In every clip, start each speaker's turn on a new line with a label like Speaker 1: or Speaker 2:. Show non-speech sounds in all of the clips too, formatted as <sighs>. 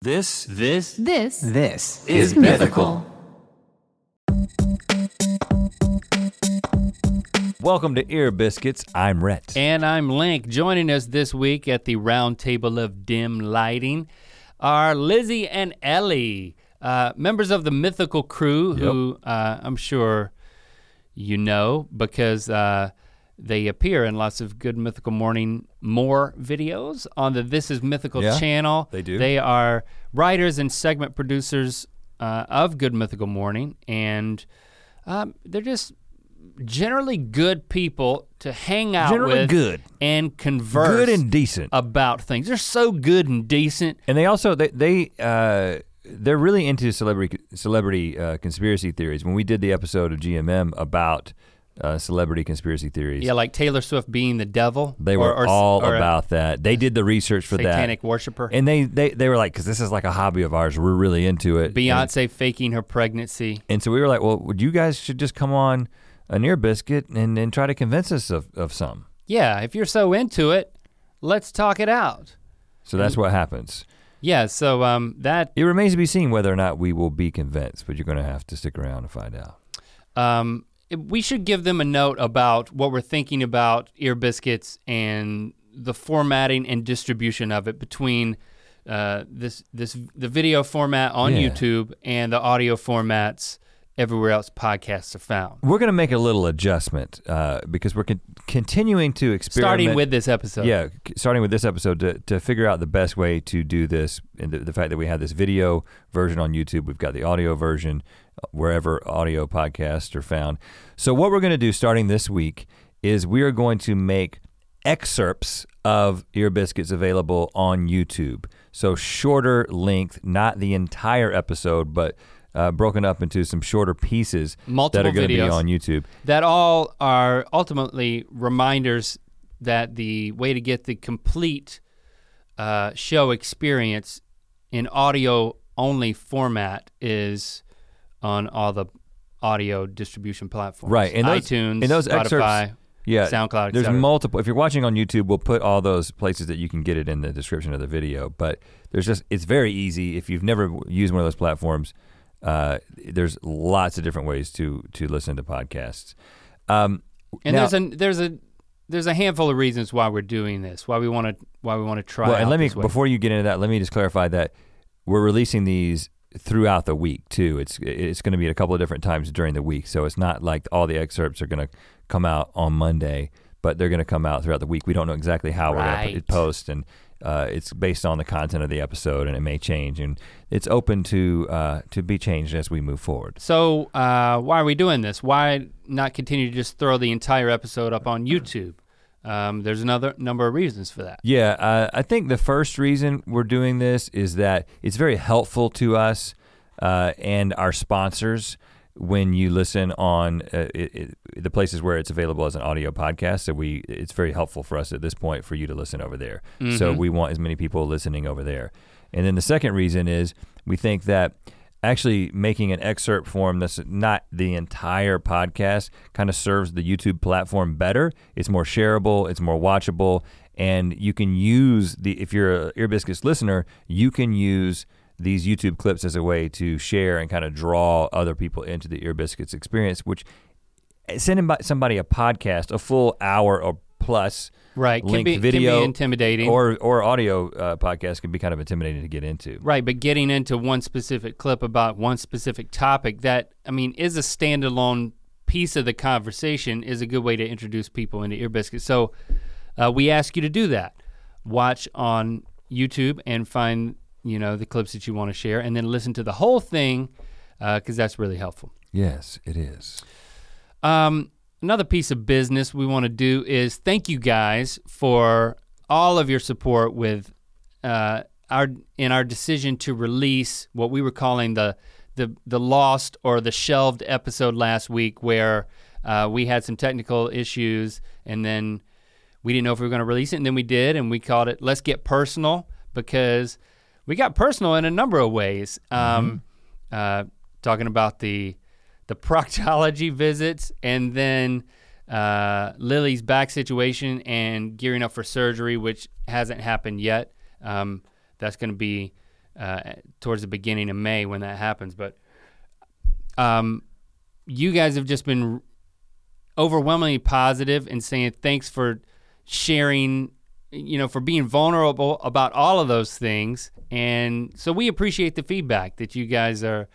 Speaker 1: This, this
Speaker 2: This
Speaker 3: This
Speaker 1: is mythical.
Speaker 4: Welcome to Ear Biscuits. I'm Rhett.
Speaker 2: And I'm Link. Joining us this week at the round table of dim lighting are Lizzie and Ellie, uh, members of the mythical crew who uh, I'm sure you know because uh, they appear in lots of good mythical morning more videos on the This Is Mythical
Speaker 4: Yeah,
Speaker 2: channel.
Speaker 4: they do.
Speaker 2: They are writers and segment producers uh, of Good Mythical Morning, and um, they're just generally good people to hang out
Speaker 4: Generally
Speaker 2: with
Speaker 4: good.
Speaker 2: and converse
Speaker 4: Good and decent.
Speaker 2: about things. They're so good and decent.
Speaker 4: and they also they they uh, they're really into celebrity celebrity uh, conspiracy theories. When we did the episode of GMM about uh, celebrity conspiracy theories,
Speaker 2: Yeah, like Taylor Swift being the devil.
Speaker 4: they
Speaker 2: or-
Speaker 4: were
Speaker 2: or-
Speaker 4: all
Speaker 2: or a
Speaker 4: about that. They did the research for
Speaker 2: satanic
Speaker 4: that.
Speaker 2: worshiper.
Speaker 4: And they they they were like, because this is like a hobby of ours. We're really into it. And,
Speaker 2: Beyonce faking her pregnancy.
Speaker 4: and so we were like, well, would you guys should just come on an ear biscuit and then try to convince us of of some.
Speaker 2: Yeah, if you're so into it, let's talk it out.
Speaker 4: So that's what happens.
Speaker 2: Yeah, so um, that
Speaker 4: It remains to be seen whether or not we will be convinced, but you're going to have to stick around to find out.
Speaker 2: um, it- we should give them a note about what we're thinking about ear biscuits and the formatting and distribution of it between uh, this this the video format on
Speaker 4: Yeah.
Speaker 2: YouTube and the audio formats everywhere else podcasts are found.
Speaker 4: We're going to make a little adjustment uh, because we're con- continuing to experiment.
Speaker 2: Starting with this episode.
Speaker 4: yeah, c- starting with this episode to, to figure out the best way to do this, and the, the fact that we have this video version on YouTube, we've got the audio version uh, wherever audio podcasts are found. So what we're going to do starting this week is we are going to make excerpts of ear biscuits available on YouTube. So shorter length, not the entire episode, but uh, broken up into some shorter pieces that
Speaker 2: Multiple
Speaker 4: are going to be
Speaker 2: videos.
Speaker 4: on YouTube.
Speaker 2: that all are ultimately reminders that the way to get the complete uh, show experience in audio only format is on all the audio distribution platforms.
Speaker 4: Right, and those,
Speaker 2: iTunes,
Speaker 4: and those
Speaker 2: Spotify.
Speaker 4: excerpts, yeah,
Speaker 2: SoundCloud, et
Speaker 4: There's
Speaker 2: cetera.
Speaker 4: multiple. If you're watching on YouTube, we'll put all those places that you can get it in the description of the video. But there's just it's very easy if you've never w- used one of those platforms. Uh, there's lots of different ways to to listen to podcasts. Um,
Speaker 2: and
Speaker 4: now-
Speaker 2: there's a there's a there's a handful of reasons why we're doing this, why we want to why we want to try.
Speaker 4: well,
Speaker 2: out
Speaker 4: and let me
Speaker 2: this way.
Speaker 4: before you get into that, let me just clarify that we're releasing these throughout the week too. It's it's going to be at a couple of different times during the week, so it's not like all the excerpts are going to come out on Monday, but they're going to come out throughout the week. We don't know exactly how we're going
Speaker 2: Right.
Speaker 4: to post, and uh, it's based on the content of the episode, and it may change, and it's open to uh, to be changed as we move forward.
Speaker 2: So uh, why are we doing this? Why not continue to just throw the entire episode up on YouTube? Um, there's another number of reasons for that.
Speaker 4: Yeah, uh, I think the first reason we're doing this is that it's very helpful to us uh, and our sponsors when you listen on uh, it, it, the places where it's available as an audio podcast. So we, it's very helpful for us at this point for you to listen over there. So we want as many people listening over there. And then the second reason is we think that actually making an excerpt form that's not the entire podcast kind of serves the YouTube platform better. It's more shareable, it's more watchable, and you can use the if you're a Ear Biscuits listener, you can use these YouTube clips as a way to share and kind of draw other people into the Ear Biscuits experience, which eh, sending by- somebody a podcast, a full hour or plus
Speaker 2: Right, can
Speaker 4: linked
Speaker 2: be- can be
Speaker 4: video
Speaker 2: intimidating.
Speaker 4: or or audio uh, podcast can be kind of intimidating to get into.
Speaker 2: Right, but getting into one specific clip about one specific topic that I mean is a standalone piece of the conversation is a good way to introduce people into Ear Biscuit. So uh, we ask you to do that. Watch on YouTube and find you know the clips that you want to share, and then listen to the whole thing because that's really helpful.
Speaker 4: Yes, it is.
Speaker 2: Um, another piece of business we want to do is thank you guys for all of your support with uh, our in our decision to release what we were calling the the the lost or the shelved episode last week, where uh, we had some technical issues and then we didn't know if we were going to release it, and then we did, and we called it "Let's Get Personal" because we got personal in a number of ways. Um, uh, talking about the the proctology <laughs> visits, and then uh, Lily's back situation, and gearing up for surgery, which hasn't happened yet. Um, that's going to be uh, towards the beginning of May when that happens. But um, you guys have just been overwhelmingly positive and saying thanks for sharing, you know, for being vulnerable about all of those things. And so we appreciate the feedback that you guys are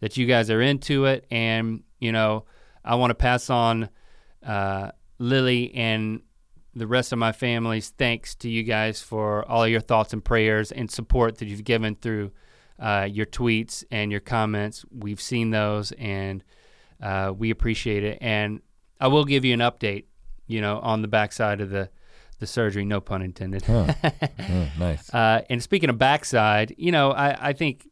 Speaker 2: that you guys are into it. And you know, I want to pass on uh, Lily and the rest of my family's thanks to you guys for all your thoughts and prayers and support that you've given through uh, your tweets and your comments. We've seen those and uh, we appreciate it. And I will give you an update, you know, on the backside of the, the surgery, no pun intended.
Speaker 4: Oh, nice.
Speaker 2: <laughs> Uh, and speaking of backside, you know, I, I think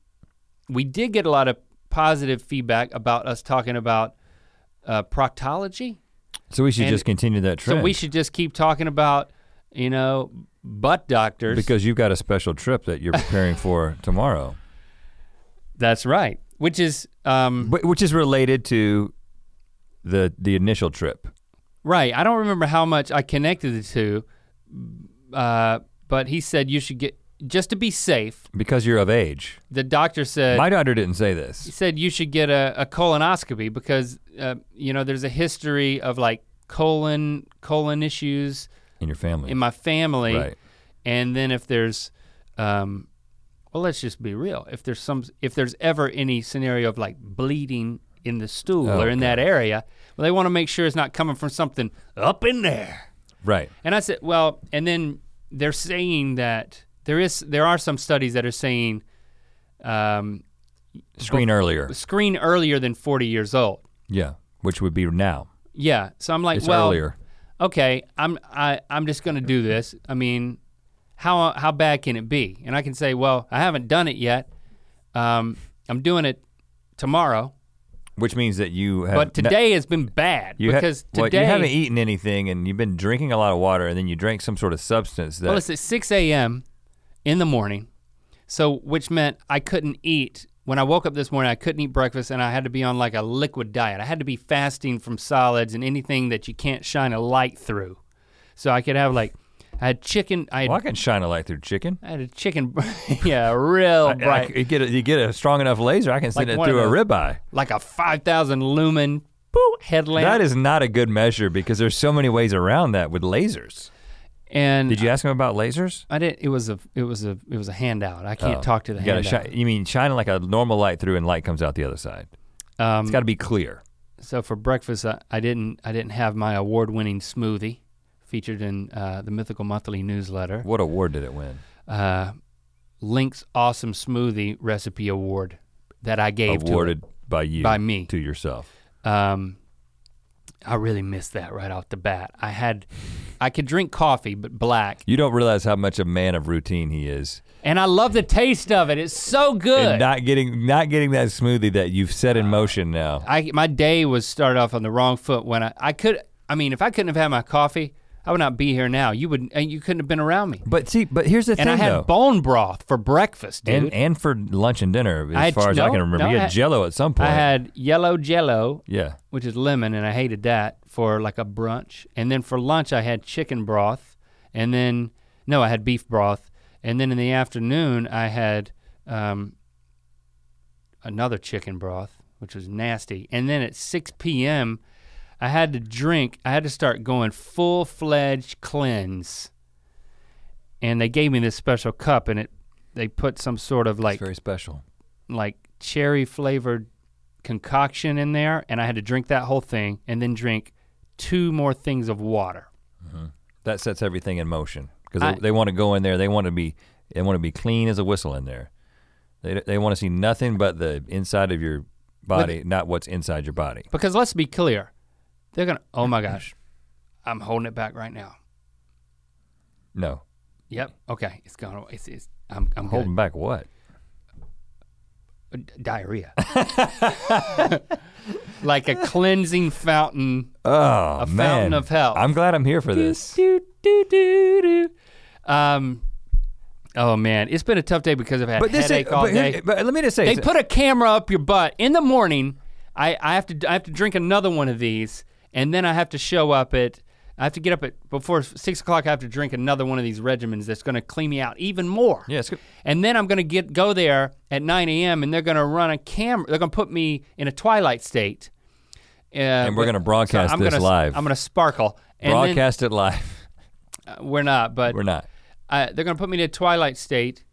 Speaker 2: we did get a lot of positive feedback about us talking about uh, proctology.
Speaker 4: So we should
Speaker 2: and-
Speaker 4: just continue that trend.
Speaker 2: So we should just keep talking about, you know, butt doctors.
Speaker 4: because you've got a special trip that you're preparing
Speaker 2: <laughs>
Speaker 4: for tomorrow,
Speaker 2: that's right. Which is um,
Speaker 4: But- which is related to the the initial trip.
Speaker 2: right. I don't remember how much I connected the two, uh, but he said you should get just to be safe.
Speaker 4: Because you're of age.
Speaker 2: The doctor said
Speaker 4: My daughter didn't say
Speaker 2: he
Speaker 4: this.
Speaker 2: said you should get a, a colonoscopy because uh, you know there's a history of like colon colon issues
Speaker 4: In your family.
Speaker 2: in my family.
Speaker 4: Right.
Speaker 2: And then if there's, um, well, let's just be real. If there's some, if there's ever any scenario of like bleeding in the stool
Speaker 4: Oh,
Speaker 2: or in that area, well, they want to make sure it's not coming from something up in there.
Speaker 4: Right.
Speaker 2: And I said, well, and then they're saying that there is, there are some studies that are saying, um,
Speaker 4: Screen earlier.
Speaker 2: screen earlier than 40 years old.
Speaker 4: Yeah. Which would be now.
Speaker 2: Yeah. So I'm like,
Speaker 4: It's
Speaker 2: well,
Speaker 4: earlier.
Speaker 2: okay, I'm I, I'm just gonna do this. I mean, how how bad can it be? And I can say, well, I haven't done it yet. Um, I'm doing it tomorrow,
Speaker 4: Which means that you have
Speaker 2: but
Speaker 4: no-
Speaker 2: today has been bad
Speaker 4: You ha-
Speaker 2: because
Speaker 4: well,
Speaker 2: today.
Speaker 4: you haven't eaten anything, and you've been drinking a lot of water, and then you drank some sort of substance that
Speaker 2: well, it's at 6 a.m. in the morning, so which meant I couldn't eat. When I woke up this morning, I couldn't eat breakfast, and I had to be on like a liquid diet. I had to be fasting from solids and anything that you can't shine a light through. So I could have like, I had chicken. I had
Speaker 4: well, I can shine a light through chicken.
Speaker 2: I had a chicken, <laughs> yeah, real
Speaker 4: I- I-
Speaker 2: bright,
Speaker 4: you get a, you get a strong enough laser, I can send
Speaker 2: Like
Speaker 4: it
Speaker 2: one of
Speaker 4: through a
Speaker 2: those-
Speaker 4: ribeye.
Speaker 2: like a 5,000 lumen boop, headlamp.
Speaker 4: That is not a good measure because there's so many ways around that with lasers.
Speaker 2: and
Speaker 4: Did you ask him about lasers?
Speaker 2: I didn't, it was a, it was a, it was a handout. I can't
Speaker 4: Oh.
Speaker 2: talk to the
Speaker 4: You gotta
Speaker 2: handout.
Speaker 4: shi- You mean shining like a normal light through, and light comes out the other side.
Speaker 2: um,
Speaker 4: It's got to be clear.
Speaker 2: so for breakfast, I, I didn't, I didn't have my award-winning smoothie featured in uh, the Mythical Monthly newsletter.
Speaker 4: What award did it win?
Speaker 2: Uh, Link's Awesome Smoothie Recipe Award that I gave
Speaker 4: Awarded by
Speaker 2: to
Speaker 4: you
Speaker 2: it, by me.
Speaker 4: to yourself.
Speaker 2: Um, I really missed that right off the bat. I had, I could drink coffee, but black.
Speaker 4: You don't realize how much a man of routine he is,
Speaker 2: And I love the taste of it. It's so good. Uh,
Speaker 4: and not getting not getting that smoothie that you've set in motion now.
Speaker 2: I my day was started off on the wrong foot when I, I could I mean if I couldn't have had my coffee, I would not be here now. You would and you couldn't have been around me.
Speaker 4: But see, but here's the
Speaker 2: And
Speaker 4: thing
Speaker 2: I had
Speaker 4: though.
Speaker 2: bone broth for breakfast, dude.
Speaker 4: and and for lunch and dinner, as
Speaker 2: I had-
Speaker 4: far as I
Speaker 2: no,
Speaker 4: can remember,
Speaker 2: no,
Speaker 4: you
Speaker 2: I
Speaker 4: had
Speaker 2: had-
Speaker 4: Jello at some point.
Speaker 2: I had yellow jello,
Speaker 4: yeah,
Speaker 2: which is lemon, and I hated that for like a brunch. And then for lunch I had chicken broth and then no, I had beef broth. And then in the afternoon I had um, another chicken broth, which was nasty. And then at 6 p.m., I had to drink, I had to start going full fledged cleanse. And they gave me this special cup and it they put some sort of like
Speaker 4: it's very special.
Speaker 2: like cherry flavored concoction in there and I had to drink that whole thing and then drink two more things of water.
Speaker 4: That sets everything in motion because
Speaker 2: I-
Speaker 4: they, want to go in there. They want to be they want to be clean as a whistle in there. They they want to see nothing but the inside of your body, not what's inside your body.
Speaker 2: Because let's be clear, they're gonna oh
Speaker 4: <laughs>
Speaker 2: my gosh. I'm holding it back right now.
Speaker 4: No,
Speaker 2: Yep. Okay. It's gone. It's, it's I'm I'm good.
Speaker 4: holding back what?
Speaker 2: D- diarrhea. <laughs> like a cleansing fountain.
Speaker 4: Oh
Speaker 2: A
Speaker 4: man,
Speaker 2: fountain of health.
Speaker 4: I'm glad I'm here for this.
Speaker 2: Do, do, do, do. Um, oh man, it's been a tough day because I've had
Speaker 4: But this
Speaker 2: headache
Speaker 4: is,
Speaker 2: all
Speaker 4: but, here-
Speaker 2: day.
Speaker 4: but let me just say,
Speaker 2: They put a camera up your butt in the morning. I, I have to I have to drink another one of these, and then I have to show up at I have to get up at before six o'clock. I have to drink another one of these regimens that's going to clean me out even more.
Speaker 4: Yeah, it's good.
Speaker 2: And then I'm going to get go there at 9 a.m. and they're going to run a camera. They're going to put me in a twilight state. Uh,
Speaker 4: And we're
Speaker 2: but-
Speaker 4: gonna broadcast
Speaker 2: I'm
Speaker 4: this
Speaker 2: gonna-
Speaker 4: live.
Speaker 2: I'm going to sparkle. And then-
Speaker 4: Broadcast it
Speaker 2: <laughs>
Speaker 4: live.
Speaker 2: uh, we're not, but
Speaker 4: We're not.
Speaker 2: uh, they're going to put me in a twilight state,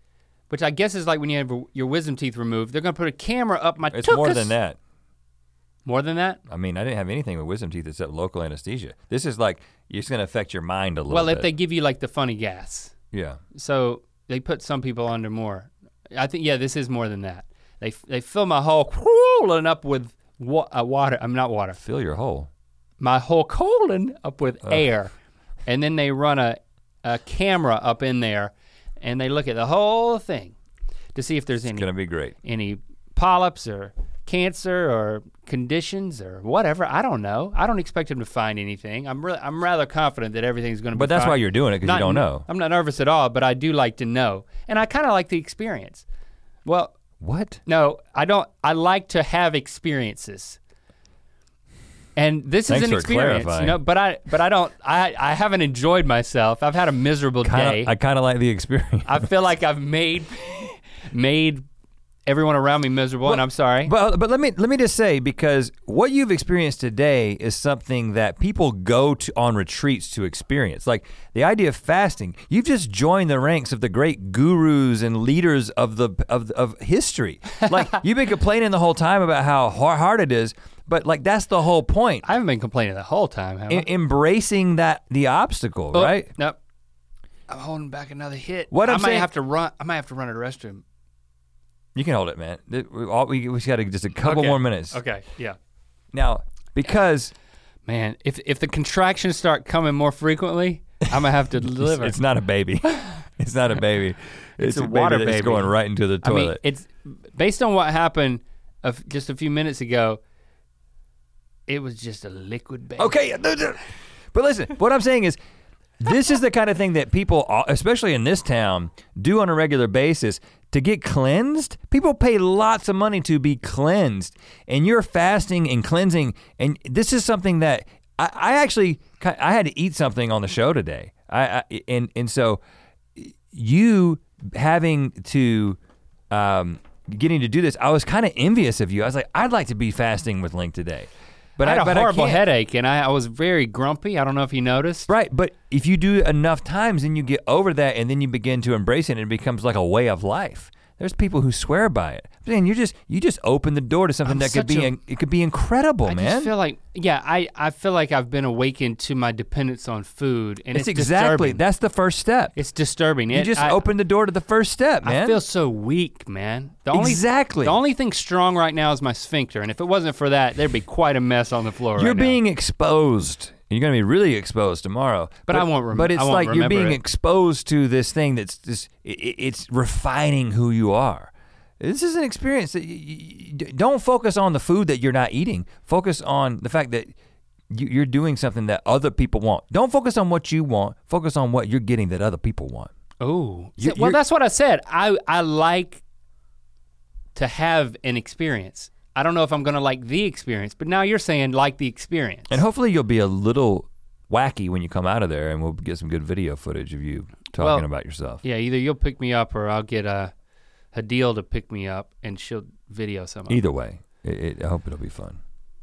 Speaker 2: which I guess is like when you have your wisdom teeth removed. They're going to put a camera up my.
Speaker 4: It's more
Speaker 2: tuchus.
Speaker 4: than that.
Speaker 2: More than that.
Speaker 4: I mean, I didn't have anything with wisdom teeth except local anesthesia. This is like it's going to affect your mind a little.
Speaker 2: Well, if they
Speaker 4: bit.
Speaker 2: give you like the funny gas,
Speaker 4: yeah,
Speaker 2: so they put some people under more. I think yeah, this is more than that. They they fill my whole colon up with wa- uh, water. I'm not water.
Speaker 4: fill your hole.
Speaker 2: My whole colon up with air, and then they run a a camera up in there, and they look at the whole thing to see if there's any
Speaker 4: It's going to be great.
Speaker 2: any polyps or cancer or conditions or whatever. I don't know. I don't expect him to find anything. I'm really, I'm rather confident that everything's going to be.
Speaker 4: But that's
Speaker 2: fine.
Speaker 4: why you're doing it because
Speaker 2: Not-
Speaker 4: you don't know.
Speaker 2: I'm not nervous at all, but I do like to know, and I kind of like the experience. Well,
Speaker 4: What?
Speaker 2: no, I don't. I like to have experiences. And this
Speaker 4: Thanks
Speaker 2: is an
Speaker 4: for
Speaker 2: experience,
Speaker 4: clarifying.
Speaker 2: you know. But I, but I don't. I, I haven't enjoyed myself. I've had a miserable day.
Speaker 4: Kinda, I kind of like the
Speaker 2: <laughs>
Speaker 4: experience.
Speaker 2: I feel like I've made made everyone around me miserable, and I'm sorry.
Speaker 4: But but let me let me just say because what you've experienced today is something that people go to on retreats to experience. Like the idea of fasting, you've just joined the ranks of the great gurus and leaders of the of of
Speaker 2: <laughs>
Speaker 4: history. Like you've been complaining the whole time about how har- hard it is, but like that's the whole point.
Speaker 2: I haven't been complaining the whole time, have
Speaker 4: E-
Speaker 2: I?
Speaker 4: embracing that the obstacle,
Speaker 2: Oh,
Speaker 4: right?
Speaker 2: Nope. I'm holding back another hit.
Speaker 4: What
Speaker 2: I
Speaker 4: I'm
Speaker 2: might
Speaker 4: saying-
Speaker 2: have to run. I might have to run to the restroom.
Speaker 4: You can hold it, man. Th- We, all, we, we just got to just a couple
Speaker 2: Okay.
Speaker 4: more minutes
Speaker 2: Okay. Yeah.
Speaker 4: now because
Speaker 2: Man, if if the contractions start coming more frequently, I'm gonna have to
Speaker 4: <laughs>
Speaker 2: deliver.
Speaker 4: It's not a baby. <laughs> It's not a baby. It's,
Speaker 2: a water
Speaker 4: that's
Speaker 2: baby.
Speaker 4: going right into the
Speaker 2: I
Speaker 4: toilet.
Speaker 2: mean, it's based on what happened of just a few minutes ago. It was just a liquid baby.
Speaker 4: okay, but listen, what I'm saying is, this is the kind of thing that people, uh, especially in this town, do on a regular basis to get cleansed. People pay lots of money to be cleansed, and you're fasting and cleansing, and this is something that I, I actually I had to eat something on the show today. I, I and and so you having to um, getting to do this, I was kind of envious of you. I was like, I'd like to be fasting with Link today, but
Speaker 2: I had a
Speaker 4: but
Speaker 2: horrible
Speaker 4: can't.
Speaker 2: headache, and I, I was very grumpy. I don't know if you noticed.
Speaker 4: Right, but if you do it enough times, then you get over that, and then you begin to embrace it, and it becomes like a way of life. There's people who swear by it. I'm saying you just you just open the door to something
Speaker 2: I'm
Speaker 4: that could
Speaker 2: such
Speaker 4: be
Speaker 2: a-
Speaker 4: in- it could be incredible,
Speaker 2: I
Speaker 4: man.
Speaker 2: just feel like yeah, I, I feel like I've been awakened to my dependence on food, and
Speaker 4: it's,
Speaker 2: it's,
Speaker 4: exactly
Speaker 2: disturbing.
Speaker 4: that's the first step.
Speaker 2: It's disturbing.
Speaker 4: you
Speaker 2: It-
Speaker 4: just
Speaker 2: I,
Speaker 4: open the door to the first step, man.
Speaker 2: I feel so weak, man. The only
Speaker 4: exactly.
Speaker 2: the only thing strong right now is my sphincter, and if it wasn't for that, there'd be quite a mess on the floor.
Speaker 4: You're
Speaker 2: right now.
Speaker 4: being exposed. You're gonna be really exposed tomorrow.
Speaker 2: But I won't rem-
Speaker 4: But it's
Speaker 2: I won't
Speaker 4: like you're
Speaker 2: remember
Speaker 4: being
Speaker 2: it.
Speaker 4: exposed to this thing that's just i- i- it's refining who you are. This is an experience that you, don't focus on the food that you're not eating. Focus on the fact that you, you're doing something that other people want. Don't focus on what you want. Focus on what you're getting that other people want.
Speaker 2: Oh,
Speaker 4: You-
Speaker 2: well,
Speaker 4: you're-
Speaker 2: that's what I said. I I like to have an experience. I don't know if I'm gonna like the experience, but now you're saying like the experience.
Speaker 4: And hopefully you'll be a little wacky when you come out of there, and we'll get some good video footage of you talking
Speaker 2: Well,
Speaker 4: about yourself.
Speaker 2: yeah, either you'll pick me up or I'll get a Hadil to pick me up, and she'll video some of it.
Speaker 4: Either way, it, it, I hope it'll be fun.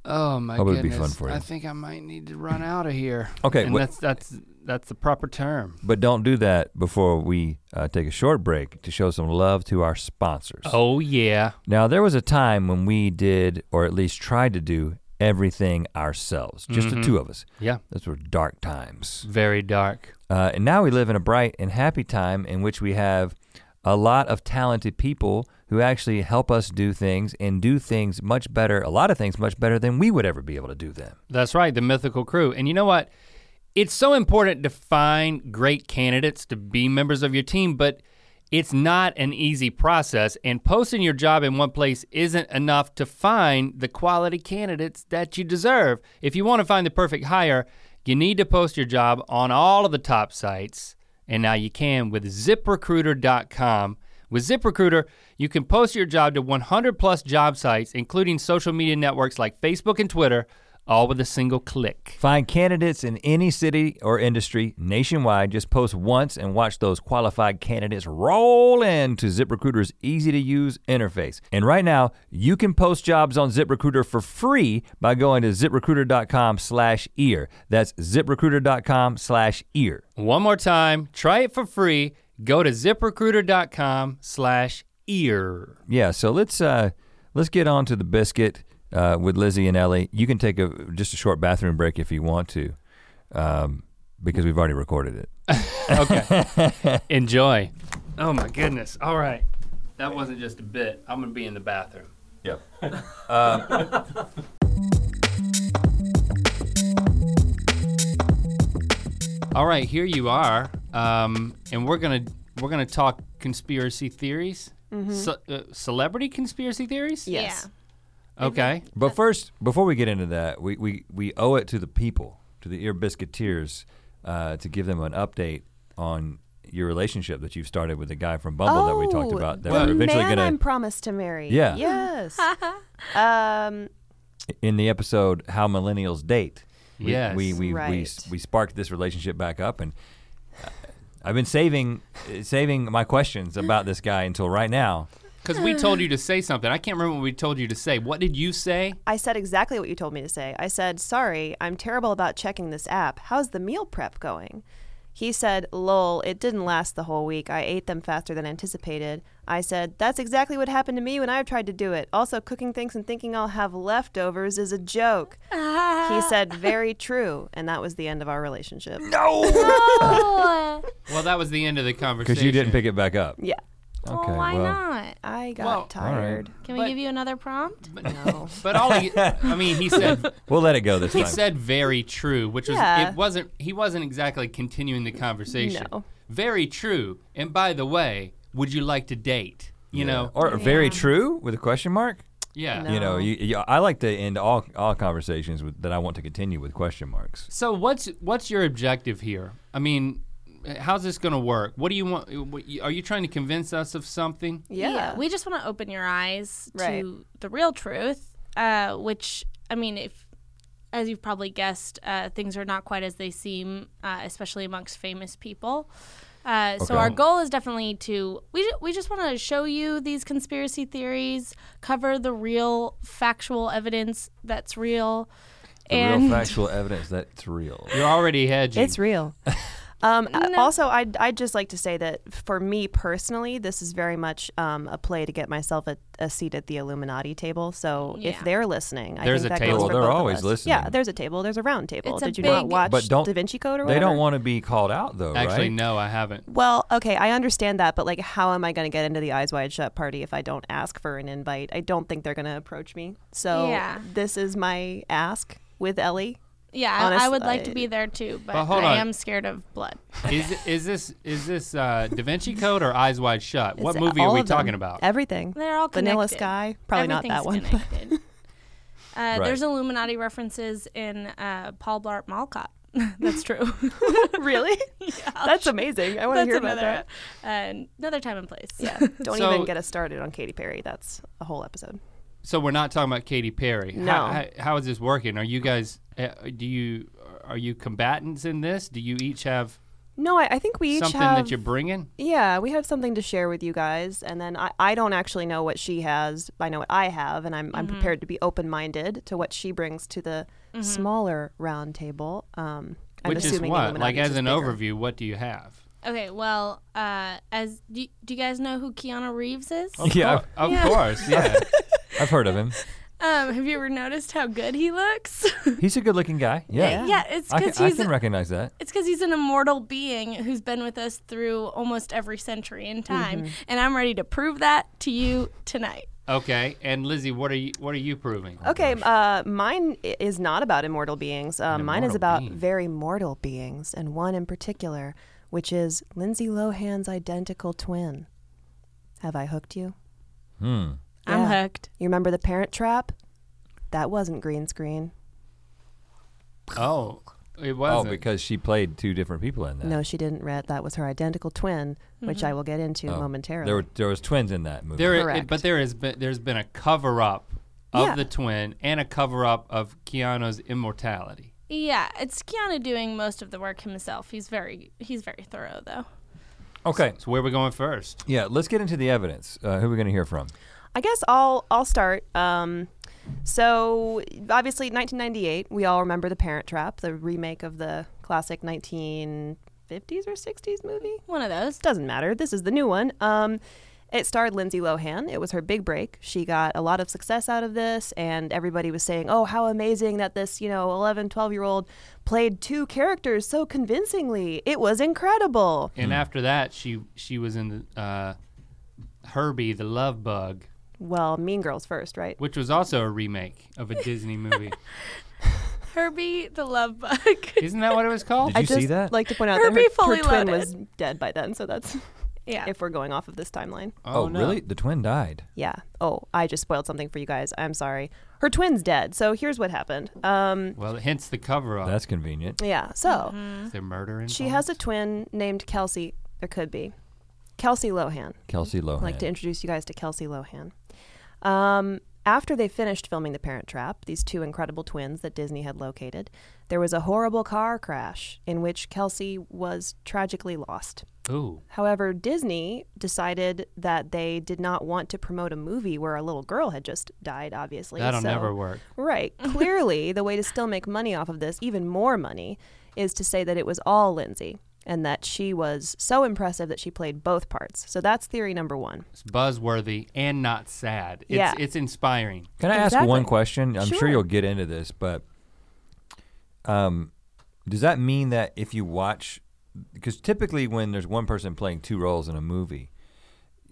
Speaker 2: Oh my
Speaker 4: Hope
Speaker 2: goodness!
Speaker 4: it'd be fun for
Speaker 2: I
Speaker 4: you.
Speaker 2: think I might need to run out of here.
Speaker 4: Okay,
Speaker 2: and
Speaker 4: wh-
Speaker 2: that's that's that's the proper term.
Speaker 4: But don't do that before we uh, take a short break to show some love to our sponsors.
Speaker 2: Oh yeah.
Speaker 4: Now, there was a time when we did, or at least tried to do, everything ourselves, just the two of us.
Speaker 2: Yeah.
Speaker 4: Those were dark times.
Speaker 2: Very dark.
Speaker 4: Uh, and now we live in a bright and happy time in which we have a lot of talented people who actually help us do things and do things much better, a lot of things much better than we would ever be able to do them.
Speaker 2: That's right, the mythical crew. And you know what? It's so important to find great candidates to be members of your team, but it's not an easy process. And posting your job in one place isn't enough to find the quality candidates that you deserve. If you want to find the perfect hire, you need to post your job on all of the top sites. And now you can with ziprecruiter.com. With ZipRecruiter, you can post your job to 100 plus job sites, including social media networks like Facebook and Twitter, all with a single click.
Speaker 4: Find candidates in any city or industry nationwide. Just post once and watch those qualified candidates roll in to ZipRecruiter's easy to use interface. And right now, you can post jobs on ZipRecruiter for free by going to ziprecruiter.com slash ear. That's ziprecruiter.com slash ear.
Speaker 2: One more time, try it for free. Go to ziprecruiter.com slash ear.
Speaker 4: Yeah, so let's uh, let's get on to the biscuit uh, with Lizzie and Ellie. You can take a just a short bathroom break if you want to, um, because we've already recorded it.
Speaker 2: Enjoy. Oh my goodness. All right. That wasn't just a bit. I'm gonna be in the bathroom. <laughs>
Speaker 4: Yep.
Speaker 2: Um, All right, here you are, um, and we're gonna we're gonna talk conspiracy theories, Ce- uh, celebrity conspiracy theories.
Speaker 3: Yes.
Speaker 2: Okay.
Speaker 4: But first, before we get into that, we, we, we owe it to the people, to the ear biscuiteers, uh, to give them an update on your relationship that you've started with the guy from Bumble that we talked about. That
Speaker 3: Oh, the
Speaker 4: we're eventually
Speaker 3: man
Speaker 4: gonna
Speaker 3: I'm promised to marry.
Speaker 4: Yeah.
Speaker 3: Yes. um,
Speaker 4: in the episode "How Millennials Date." We,
Speaker 2: Yes.
Speaker 4: we we, we
Speaker 3: Right.
Speaker 4: we sparked this relationship back up, and uh, I've been saving uh, saving my questions about this guy until right now.
Speaker 2: Because we told you to say something. I can't remember what we told you to say. What did you say?
Speaker 3: I said exactly what you told me to say. I said, "Sorry, I'm terrible about checking this app. How's the meal prep going?" He said, "Lol, it didn't last the whole week. I ate them faster than anticipated." I said, "That's exactly what happened to me when I've tried to do it. Also, cooking things and thinking I'll have leftovers is a joke." He said, "Very true," and that was the end of our relationship.
Speaker 5: Oh,
Speaker 2: Well, that was the
Speaker 4: <laughs>
Speaker 2: end of the conversation.
Speaker 4: Because you didn't pick it back up.
Speaker 3: Yeah, Oh,
Speaker 5: well, why not?
Speaker 3: I got
Speaker 2: Well,
Speaker 3: tired.
Speaker 5: Can we give you another prompt?
Speaker 2: <laughs>
Speaker 3: No.
Speaker 2: But all he, I mean, he said
Speaker 4: We'll let it go
Speaker 3: <laughs>
Speaker 4: this
Speaker 2: he
Speaker 4: time.
Speaker 2: said very true, which was
Speaker 3: Yeah.
Speaker 2: it wasn't. He wasn't exactly continuing the conversation.
Speaker 3: No.
Speaker 2: Very true. And by the way, would you like to date? You know.
Speaker 4: or very true with a question mark.
Speaker 2: yeah.
Speaker 3: No.
Speaker 4: You know, you, you, I like to end all all conversations with, that I want to continue with question marks.
Speaker 2: So what's what's your objective here? I mean, how's this going to work? What do you want? what you- Are you trying to convince us of something?
Speaker 3: Yeah.
Speaker 5: We just want to open your eyes
Speaker 3: Right.
Speaker 5: to the real truth, uh, which, I mean, if, as you've probably guessed, uh, things are not quite as they seem, uh, especially amongst famous people. Uh, So
Speaker 4: Okay.
Speaker 5: our goal is definitely to we ju- we just want to show you these conspiracy theories, cover the real factual evidence that's real,
Speaker 4: The
Speaker 5: and
Speaker 4: real factual evidence that's real.
Speaker 2: You're already hedging.
Speaker 3: It's real.
Speaker 5: <laughs>
Speaker 3: Um, uh, Also, I'd, I'd just like to say that for me personally, this is very much um, a play to get myself a, a seat at the Illuminati table. So
Speaker 5: Yeah.
Speaker 3: if they're listening, I
Speaker 2: There's
Speaker 3: think
Speaker 2: a
Speaker 3: that
Speaker 2: table. Well,
Speaker 3: Goes for
Speaker 4: they're
Speaker 3: both of
Speaker 4: always
Speaker 3: us.
Speaker 4: listening.
Speaker 3: Yeah, there's a table. There's a round table.
Speaker 5: It's a
Speaker 3: Did you not
Speaker 5: big-
Speaker 3: watch
Speaker 4: But don't-
Speaker 3: Da Vinci Code or
Speaker 4: They
Speaker 3: whatever?
Speaker 4: don't want to be called out though, <laughs>
Speaker 2: Actually,
Speaker 4: right?
Speaker 2: no, I haven't.
Speaker 3: Well, okay, I understand that, but like, how am I going to get into the Eyes Wide Shut party if I don't ask for an invite? I don't think they're going to approach me. So
Speaker 5: Yeah.
Speaker 3: this is my ask with Ellie.
Speaker 5: yeah, I- I would like to
Speaker 3: Honestly.
Speaker 5: be there too, but,
Speaker 2: But hold
Speaker 5: I
Speaker 2: on.
Speaker 5: am scared of blood.
Speaker 2: Is is this is this uh, Da Vinci Code or Eyes Wide Shut? What
Speaker 3: It's
Speaker 2: movie are
Speaker 3: all
Speaker 2: we
Speaker 3: of them.
Speaker 2: talking about?
Speaker 3: Everything.
Speaker 5: They're all connected.
Speaker 3: Vanilla Sky. Probably not that one. <laughs>
Speaker 5: Everything's
Speaker 3: but-
Speaker 5: Connected. uh, There's Illuminati references in uh, Paul Blart Mall Cop. <laughs> That's
Speaker 3: <laughs>
Speaker 5: true. <laughs>
Speaker 3: really? That's amazing. I want to
Speaker 5: That's
Speaker 3: hear about
Speaker 5: another
Speaker 3: that.
Speaker 5: uh, another time and place.
Speaker 3: Yeah. Don't
Speaker 2: So-
Speaker 3: even get us started on Katy Perry. That's a whole episode.
Speaker 2: So we're not talking about Katy Perry.
Speaker 3: No.
Speaker 2: How, how, how is this working? Are you guys? Uh, do you are you combatants in this? Do you each have
Speaker 3: No, I, I think we each
Speaker 2: something
Speaker 3: have.
Speaker 2: that you're bringing?
Speaker 3: yeah, we have something to share with you guys, and then I, I don't actually know what she has. I know what I have, and I'm I'm
Speaker 5: Mm-hmm.
Speaker 3: prepared to be open minded to what she brings to the smaller round table. Um, I'm
Speaker 2: Which is
Speaker 3: assuming the
Speaker 2: what? Like
Speaker 3: Illuminati's
Speaker 2: as
Speaker 3: just
Speaker 2: an
Speaker 3: bigger.
Speaker 2: overview, what do you have?
Speaker 5: <laughs> Okay. Well, uh, as do, do you guys know who Keanu Reeves is?
Speaker 2: Oh.
Speaker 4: Yeah,
Speaker 2: Of- of
Speaker 3: <laughs>
Speaker 2: course. Yeah.
Speaker 4: I've, I've heard of him.
Speaker 5: Um, have you ever noticed how good he looks? <laughs>
Speaker 4: He's a good-looking guy. Yeah,
Speaker 5: yeah, it's
Speaker 4: I,
Speaker 5: because
Speaker 4: can, I
Speaker 5: he's
Speaker 4: can recognize that.
Speaker 5: it's because he's an immortal being who's been with us through almost every century in time,
Speaker 3: Mm-hmm.
Speaker 5: and I'm ready to prove that to you tonight.
Speaker 2: okay. And Lizzie, what are you what are you proving?
Speaker 3: Okay, uh, mine i- is not about immortal beings. Uh, mine is
Speaker 2: immortal
Speaker 3: about
Speaker 2: being.
Speaker 3: very mortal beings, and one in particular, which is Lindsay Lohan's identical twin. Have I hooked you?
Speaker 5: I'm
Speaker 3: Yeah.
Speaker 5: hooked.
Speaker 3: You remember the parent trap? That wasn't green screen.
Speaker 2: Oh, it
Speaker 4: Oh,
Speaker 2: wasn't.
Speaker 4: because she played two different people in that.
Speaker 3: No, she didn't, Rhett. That was her identical twin, which I will get
Speaker 2: Oh,
Speaker 3: into momentarily.
Speaker 4: There were there was twins in that movie.
Speaker 2: there, i-
Speaker 3: Correct.
Speaker 2: but there has been there's been a cover up of
Speaker 3: Yeah.
Speaker 2: the twin and a cover up of Keanu's immortality.
Speaker 5: Yeah, it's Keanu doing most of the work himself. He's very he's very thorough though.
Speaker 4: Okay.
Speaker 2: So where are we going first?
Speaker 4: Yeah, let's get into the evidence. Uh, who are we going to hear from?
Speaker 3: I guess I'll I'll start. Um, so obviously, 1998. We all remember the Parent Trap, the remake of the classic 1950s or 60s movie.
Speaker 5: One of those.
Speaker 3: Doesn't matter. This is the new one. Um, it starred Lindsay Lohan. It was her big break. She got a lot of success out of this, and everybody was saying, "Oh, how amazing that this, you know, 11, 12 year old played two characters so convincingly. It was incredible."
Speaker 2: And
Speaker 4: Hmm.
Speaker 2: after that, she she was in the, uh, Herbie the Love Bug,
Speaker 3: Well, Mean Girls first, right?
Speaker 2: which was also a remake of a
Speaker 5: <laughs>
Speaker 2: Disney movie.
Speaker 5: Herbie the Love Bug. <laughs>
Speaker 2: Isn't that what it was called?
Speaker 4: Did
Speaker 3: I
Speaker 4: you
Speaker 3: just
Speaker 4: see that?
Speaker 3: like to point out
Speaker 5: Herbie
Speaker 3: that her- her,
Speaker 5: fully
Speaker 3: twin
Speaker 5: loaded.
Speaker 3: was dead by then,
Speaker 5: <laughs>
Speaker 3: so that's
Speaker 5: yeah.
Speaker 3: if we're going off of this timeline.
Speaker 4: Oh,
Speaker 2: no.
Speaker 4: really? The twin died.
Speaker 3: Yeah. Oh, I just spoiled something for you guys. I'm sorry. Her twin's dead. So here's what happened. Um,
Speaker 2: Well, hence the cover up.
Speaker 4: That's convenient.
Speaker 3: yeah. So
Speaker 5: Mm-hmm.
Speaker 2: Is there murder in
Speaker 3: she has a twin named Kelsey. There could be Kelsey Lohan.
Speaker 4: Kelsey Lohan.
Speaker 3: I'd like to introduce you guys to Kelsey Lohan. Um, after they finished filming The Parent Trap, these two incredible twins that Disney had located, there was a horrible car crash in which Kelsey was tragically lost.
Speaker 2: Ooh.
Speaker 3: However, Disney decided that they did not want to promote a movie where a little girl had just died, obviously.
Speaker 2: That'll
Speaker 3: so-
Speaker 2: never work.
Speaker 3: Right. Clearly, the way to still make money off of this, even more money, is to say that it was all Lindsay and that she was so impressive that she played both parts. So that's theory number one.
Speaker 2: It's buzzworthy and not sad. It's,
Speaker 3: Yeah.
Speaker 2: it's inspiring.
Speaker 4: Can I ask
Speaker 3: Exactly.
Speaker 4: one question? I'm sure.
Speaker 3: Sure.
Speaker 4: you'll get into this, but um, does that mean that if you watch, because typically when there's one person playing two roles in a movie,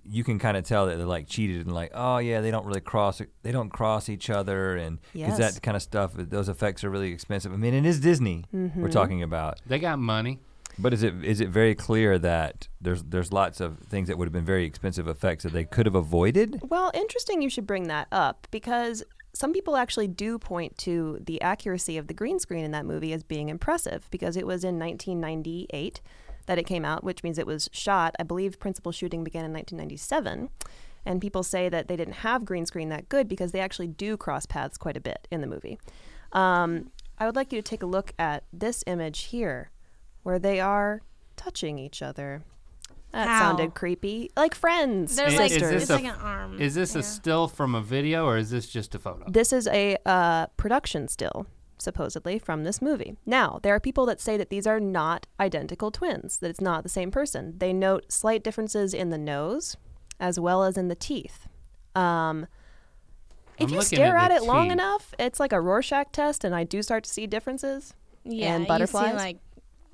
Speaker 4: you can kind of tell that they're like cheated and like, oh yeah, they don't really cross, they don't cross each other, and because
Speaker 3: Yes.
Speaker 4: that kind of stuff, those effects are really expensive. I mean, it is Disney
Speaker 3: Mm-hmm.
Speaker 4: we're talking about,
Speaker 2: They got money.
Speaker 4: but is it is it very clear that there's there's lots of things that would have been very expensive effects that they could have avoided?
Speaker 3: Well, interesting you should bring that up because some people actually do point to the accuracy of the green screen in that movie as being impressive because it was in 1998 that it came out, which means it was shot. I believe principal shooting began in 1997. And people say that they didn't have green screen that good because they actually do cross paths quite a bit in the movie. Um, I would like you to take a look at this image here where they are touching each other. That
Speaker 5: How?
Speaker 3: sounded creepy. Like friends.
Speaker 5: They're
Speaker 2: Is-
Speaker 5: like
Speaker 2: is
Speaker 3: sisters.
Speaker 2: this
Speaker 5: it's
Speaker 2: a-
Speaker 5: like an arm.
Speaker 2: Is this
Speaker 5: Mm-hmm. yeah.
Speaker 2: a still from a video or is this just a photo?
Speaker 3: This is a uh, production still, supposedly, from this movie. Now, there are people that say that these are not identical twins, that it's not the same person. They note slight differences in the nose as well as in the teeth. Um, if
Speaker 2: I'm
Speaker 3: you
Speaker 2: looking
Speaker 3: stare
Speaker 2: at
Speaker 3: at,
Speaker 2: the
Speaker 3: it long
Speaker 2: teeth.
Speaker 3: enough, it's like a Rorschach test, and I do start to see differences.
Speaker 5: yeah,
Speaker 3: and
Speaker 5: you see,
Speaker 3: butterflies?
Speaker 5: like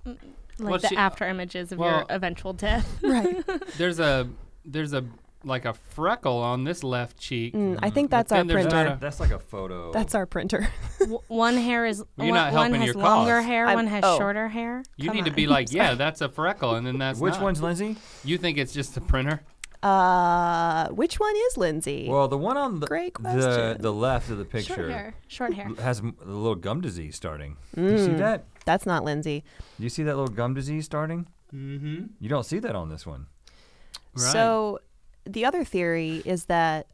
Speaker 5: mm, like
Speaker 2: Well,
Speaker 5: the
Speaker 2: she-
Speaker 5: after images of
Speaker 2: well-
Speaker 5: your eventual
Speaker 3: <laughs>
Speaker 5: death.
Speaker 3: Right.
Speaker 2: There's a there's a like a freckle on this left cheek.
Speaker 5: Mm,
Speaker 3: I think that's
Speaker 2: Mm, But
Speaker 3: our
Speaker 2: then there's not
Speaker 3: printer.
Speaker 2: a-
Speaker 4: That's like a photo.
Speaker 3: That's our printer. <laughs>
Speaker 5: W- one hair is
Speaker 2: You're
Speaker 5: one,
Speaker 2: not
Speaker 5: one
Speaker 2: helping
Speaker 5: has
Speaker 2: your
Speaker 5: longer
Speaker 2: cause.
Speaker 5: hair,
Speaker 3: I'm-
Speaker 5: one has
Speaker 3: oh.
Speaker 5: shorter hair.
Speaker 2: You
Speaker 5: Come
Speaker 2: need to
Speaker 5: on. <laughs>
Speaker 2: be like, yeah, that's a freckle, and then that's
Speaker 4: Which
Speaker 2: not.
Speaker 4: one's Lindsay?
Speaker 2: You think it's just the printer?
Speaker 3: Uh, which one is Lindsay?
Speaker 4: Well, the one on the
Speaker 3: Great
Speaker 4: the,
Speaker 3: question.
Speaker 4: the left of the
Speaker 5: short
Speaker 4: picture
Speaker 5: hair. Short hair.
Speaker 4: l- has m- a little gum disease starting. Do you see
Speaker 3: Mm.
Speaker 4: that?
Speaker 3: that's not Lindsay.
Speaker 4: Do you see that little gum disease starting?
Speaker 2: Mm-hmm.
Speaker 4: You don't see that on this one.
Speaker 2: Right.
Speaker 3: So, the other theory is that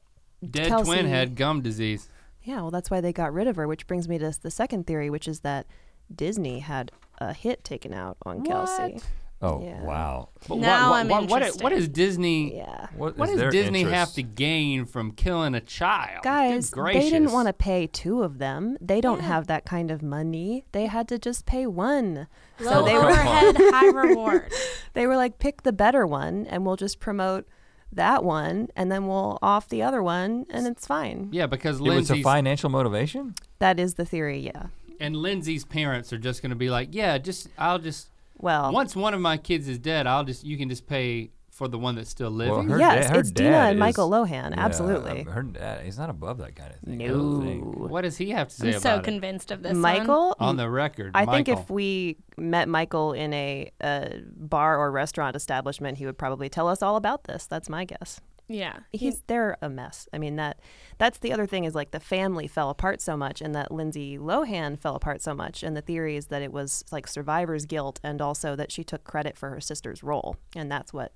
Speaker 2: Dead twin
Speaker 3: Kelsey-
Speaker 2: had gum disease.
Speaker 3: Yeah, well, that's why they got rid of her, which brings me to the second theory, which is that Disney had a hit taken out on Kelsey.
Speaker 4: Oh
Speaker 3: Yeah.
Speaker 4: wow!
Speaker 2: But
Speaker 5: Now
Speaker 2: what,
Speaker 5: I'm
Speaker 2: what, what, what,
Speaker 5: interested.
Speaker 2: what does Disney?
Speaker 3: Yeah.
Speaker 4: What,
Speaker 2: What
Speaker 4: is
Speaker 2: does
Speaker 4: their
Speaker 2: Disney have
Speaker 4: interest?
Speaker 2: to gain from killing a child? Good
Speaker 3: Guys, they didn't
Speaker 2: gracious.
Speaker 3: want to pay two of them. They don't have that kind of money. They had to just pay one.
Speaker 5: Low <laughs>
Speaker 3: they were-
Speaker 5: overhead,
Speaker 3: <laughs>
Speaker 5: high reward.
Speaker 3: They were like, pick the better one, and we'll just promote that one, and then we'll off the other one, and it's fine.
Speaker 2: Yeah, because
Speaker 4: It was a
Speaker 2: Lindsay's
Speaker 4: financial motivation.
Speaker 3: That is the theory, yeah.
Speaker 2: and Lindsay's parents are just going to be like, yeah, just I'll just
Speaker 3: Well,
Speaker 2: once one of my kids is dead, I'll just you can just pay for the one that's still living.
Speaker 4: her
Speaker 3: yes,
Speaker 4: da- her
Speaker 3: it's Dina
Speaker 4: dad
Speaker 3: and
Speaker 4: is-
Speaker 3: Michael Lohan,
Speaker 4: Yeah,
Speaker 3: absolutely.
Speaker 4: um, her dad, he's not above that kind of thing. I don't think.
Speaker 3: no.
Speaker 2: what does he have to say
Speaker 5: I'm so
Speaker 2: about it?
Speaker 5: convinced of this. one.
Speaker 3: Michael,
Speaker 2: On the record,
Speaker 3: I
Speaker 2: Michael.
Speaker 3: think if we met Michael in a, uh bar or restaurant establishment, he would probably tell us all about this. That's my guess.
Speaker 5: Yeah.
Speaker 3: He's they're a mess. I mean that that's the other thing is like the family fell apart so much, and that Lindsay Lohan fell apart so much, and the theory is that it was like survivor's guilt, and also that she took credit for her sister's role, and that's what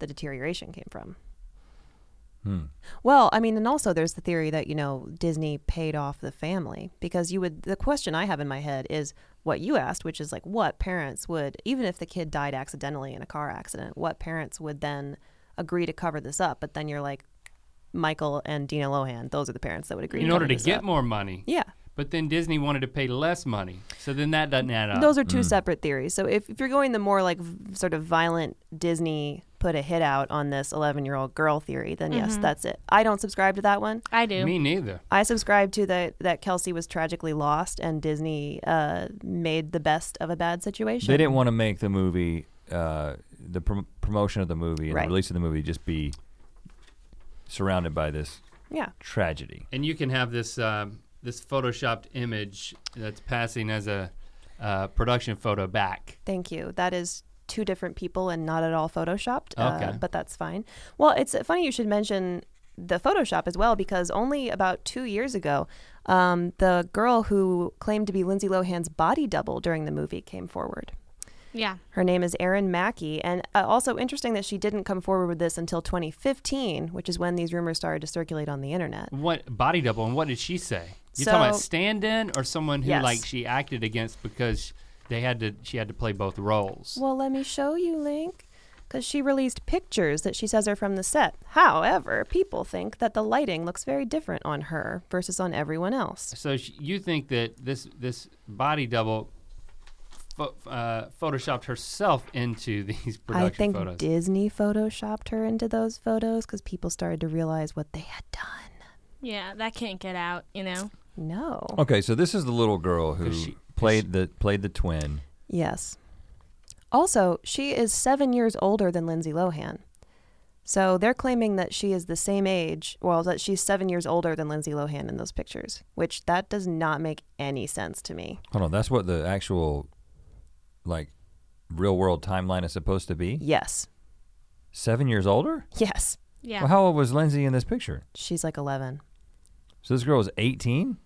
Speaker 3: the deterioration came from. Well, I mean, and also there's the theory that, you know, Disney paid off the family because you would, the question I have in my head is what you asked, which is like what parents would, even if the kid died accidentally in a car accident, what parents would then agree to cover this up? But then you're like, Michael and Dina Lohan, those are the parents that would agree
Speaker 2: in
Speaker 3: to
Speaker 2: order
Speaker 3: cover
Speaker 2: to
Speaker 3: this
Speaker 2: get
Speaker 3: up.
Speaker 2: more money.
Speaker 3: Yeah.
Speaker 2: But then Disney wanted to pay less money, so then that doesn't add up.
Speaker 3: Those are two separate theories. So if, if you're going the more like v- sort of violent Disney put a hit out on this 11 year old girl theory, then yes, that's it. I don't subscribe to that one.
Speaker 5: I do.
Speaker 2: Me neither.
Speaker 3: I subscribe to the that Kelsey was tragically lost and Disney uh, made the best of a bad situation.
Speaker 4: They didn't want to make the movie, uh, the prom- promotion of the movie and
Speaker 3: Right.
Speaker 4: the release of the movie just be surrounded by this
Speaker 3: Yeah.
Speaker 4: tragedy.
Speaker 2: And you can have this um, this photoshopped image that's passing as a uh, production photo back.
Speaker 3: Thank you. That is two different people and not at all photoshopped. Uh,
Speaker 2: Okay.
Speaker 3: but that's fine. Well, it's funny you should mention the Photoshop as well because only about two years ago, um, the girl who claimed to be Lindsay Lohan's body double during the movie came forward.
Speaker 5: Yeah.
Speaker 3: Her name is Erin Mackey, and uh, also interesting that she didn't come forward with this until 2015, which is when these rumors started to circulate on the internet.
Speaker 2: What body double? And what did she say? You talking about
Speaker 3: So-
Speaker 2: stand-in or someone who
Speaker 3: Yes.
Speaker 2: like she acted against because they had to she had to play both roles.
Speaker 3: Well, let me show you, Link. Because she released pictures that she says are from the set. However, people think that the lighting looks very different on her versus on everyone else.
Speaker 2: So sh- you think that this this body double pho- uh, photoshopped herself into <laughs> these production
Speaker 3: I think
Speaker 2: photos?
Speaker 3: Disney photoshopped her into those photos because people started to realize what they had done.
Speaker 5: Yeah. That can't get out, you know?
Speaker 3: No.
Speaker 2: Oh.
Speaker 4: Okay, so this is the little girl who
Speaker 2: 'Cause she- 'cause
Speaker 4: played the played the twin.
Speaker 3: Yes. Also, she is seven years older than Lindsay Lohan. So they're claiming that she is the same age, well, that she's seven years older than Lindsay Lohan in those pictures, which that does not make any sense to me.
Speaker 4: Hold on, that's what the actual like real world timeline is supposed to be.
Speaker 3: Yes.
Speaker 4: Seven years older.
Speaker 3: Yes.
Speaker 5: Yeah.
Speaker 4: Well, how old was Lindsay in this picture?
Speaker 3: She's like 11.
Speaker 4: So this girl was 18.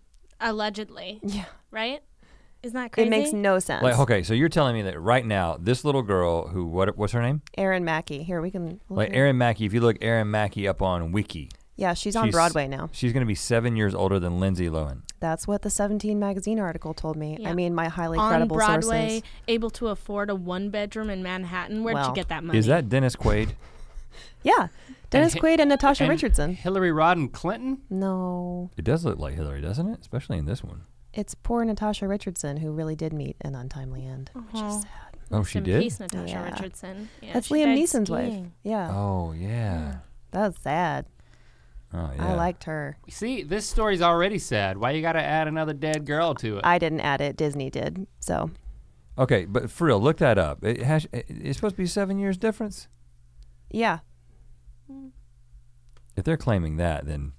Speaker 5: Allegedly.
Speaker 3: Yeah.
Speaker 5: Right? Isn't that crazy?
Speaker 3: It makes no sense.
Speaker 4: Like, okay, so you're telling me that right now, this little girl who what what's her name?
Speaker 3: Erin Mackey. Here, we can. look
Speaker 4: Like
Speaker 3: it up.
Speaker 4: Erin Mackey. If you look Erin Mackey up on Wiki,
Speaker 3: yeah, she's on
Speaker 4: she's-
Speaker 3: Broadway now.
Speaker 4: she's going to be seven years older than Lindsay Lohan.
Speaker 3: That's what the 17 magazine article told me.
Speaker 5: Yeah.
Speaker 3: I mean, my highly
Speaker 5: on
Speaker 3: credible
Speaker 5: Broadway,
Speaker 3: sources.
Speaker 5: able to afford a one bedroom in Manhattan. Where'd
Speaker 3: Well.
Speaker 5: you get that money?
Speaker 4: Is that Dennis Quaid?
Speaker 3: Yeah. Dennis
Speaker 2: Hi-
Speaker 3: Quaid and Natasha
Speaker 2: And
Speaker 3: Richardson.
Speaker 2: Hillary Rodham Clinton.
Speaker 3: No.
Speaker 4: It does look like Hillary, doesn't it? Especially in this one.
Speaker 3: It's poor Natasha Richardson who really did meet an untimely end. Which
Speaker 5: Oh.
Speaker 3: is sad.
Speaker 4: Oh,
Speaker 5: Rest
Speaker 4: she
Speaker 5: in
Speaker 4: did.
Speaker 5: Peace, Natasha
Speaker 3: Yeah.
Speaker 5: Richardson. Yeah,
Speaker 3: That's
Speaker 5: she
Speaker 3: Liam
Speaker 5: died
Speaker 3: Neeson's wife.
Speaker 5: skiing.
Speaker 3: Yeah.
Speaker 4: Oh yeah.
Speaker 3: That was sad.
Speaker 4: Oh yeah.
Speaker 3: I liked her.
Speaker 2: See, this story's already sad. Why you got to add another dead girl to it?
Speaker 3: I didn't add it. Disney did. So
Speaker 4: Okay, but for real, look that up. It has, it- it's supposed to be seven years difference.
Speaker 3: yeah.
Speaker 4: If they're claiming that, then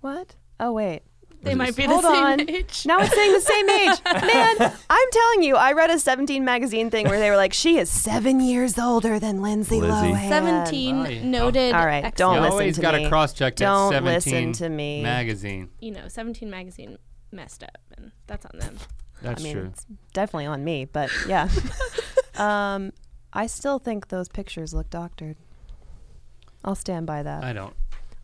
Speaker 3: What? Oh wait.
Speaker 5: They
Speaker 4: Was it
Speaker 5: might be
Speaker 3: Hold
Speaker 5: the same
Speaker 3: on.
Speaker 5: age.
Speaker 3: Now it's saying the
Speaker 5: <laughs>
Speaker 3: same age. Man, I'm telling you, I read a 17 magazine thing where they were like, she is seven years older than Lindsay
Speaker 4: Lizzie.
Speaker 3: Lohan.
Speaker 5: Seventeen
Speaker 2: Oh, yeah.
Speaker 5: noted.
Speaker 3: All right,
Speaker 5: ex-
Speaker 2: you
Speaker 3: don't listen
Speaker 2: always
Speaker 3: to
Speaker 2: gotta
Speaker 3: me.
Speaker 2: cross-check that
Speaker 3: Don't
Speaker 2: 17
Speaker 3: listen to me.
Speaker 2: magazine.
Speaker 5: You know, seventeen magazine messed up, and that's on them.
Speaker 2: That's
Speaker 3: I mean,
Speaker 2: true.
Speaker 3: it's definitely on me, but
Speaker 5: <laughs>
Speaker 3: yeah. um, I still think those pictures look doctored. I'll stand by that.
Speaker 2: I don't.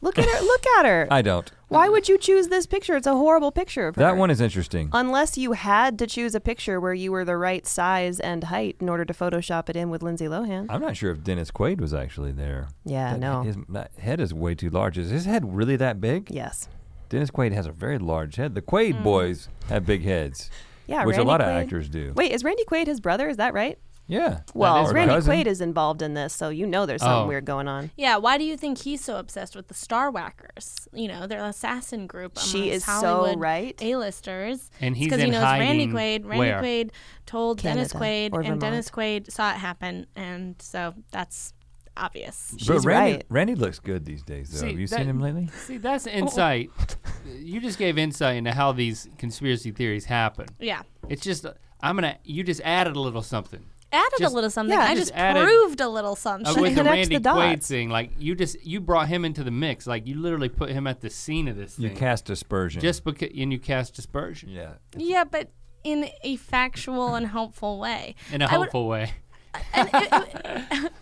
Speaker 3: look at her. Look at her.
Speaker 4: <laughs> I don't.
Speaker 3: Why would you choose this picture? It's a horrible picture of her.
Speaker 4: That one is interesting.
Speaker 3: Unless you had to choose a picture where you were the right size and height in order to Photoshop it in with Lindsay Lohan.
Speaker 4: I'm not sure if Dennis Quaid was actually there.
Speaker 3: Yeah,
Speaker 4: That-
Speaker 3: no.
Speaker 4: His that head is way too large. Is his head really that big?
Speaker 3: yes.
Speaker 4: Dennis Quaid has a very large head. The Quaid boys have big heads,
Speaker 3: Mm. Yeah,
Speaker 4: which
Speaker 3: Randy
Speaker 4: a lot of
Speaker 3: Quaid-
Speaker 4: actors do.
Speaker 3: Wait, is Randy Quaid his brother? Is that right?
Speaker 4: Yeah.
Speaker 3: Well,
Speaker 2: is
Speaker 4: Or
Speaker 3: Randy
Speaker 4: cousin.
Speaker 3: Quaid is involved in this, so you know there's something
Speaker 2: Oh.
Speaker 3: weird going on.
Speaker 5: Yeah, why do you think he's so obsessed with the Star Whackers? You know, they're an assassin group.
Speaker 3: She
Speaker 5: amongst
Speaker 3: is so
Speaker 5: Hollywood
Speaker 3: right.
Speaker 5: A-listers.
Speaker 2: And he's
Speaker 5: because he
Speaker 2: in
Speaker 5: knows Randy
Speaker 2: hiding
Speaker 5: Quaid. Randy
Speaker 2: where?
Speaker 5: Quaid told Dennis
Speaker 3: Canada
Speaker 5: Quaid,
Speaker 3: or
Speaker 5: and Dennis Quaid saw it happen, and so that's obvious.
Speaker 4: But
Speaker 3: She's
Speaker 4: Randy,
Speaker 3: right.
Speaker 4: Randy looks good these days, though.
Speaker 2: See,
Speaker 4: have you
Speaker 2: that-
Speaker 4: seen him lately?
Speaker 2: See,
Speaker 3: <laughs> Oh.
Speaker 2: that's insight. you just gave insight into how these conspiracy thereries happen.
Speaker 5: Yeah,
Speaker 2: It's just I'm gonna. You just added a little something.
Speaker 5: added
Speaker 2: Just-
Speaker 5: a little something.
Speaker 3: yeah,
Speaker 5: I
Speaker 2: just
Speaker 5: just,
Speaker 2: added-
Speaker 5: proved a little
Speaker 2: Uh,
Speaker 5: something.
Speaker 2: with the
Speaker 3: connects the
Speaker 2: Randy Quaid
Speaker 3: dots.
Speaker 2: thing, like you just you brought him into the mix. Like you literally put him at the scene of this
Speaker 4: You
Speaker 2: thing.
Speaker 4: cast aspersion.
Speaker 2: just because and you cast dispersion
Speaker 4: yeah.
Speaker 5: <laughs> yeah, but in a factual and helpful way.
Speaker 2: in a
Speaker 5: I would-
Speaker 2: helpful way.
Speaker 5: <laughs> an,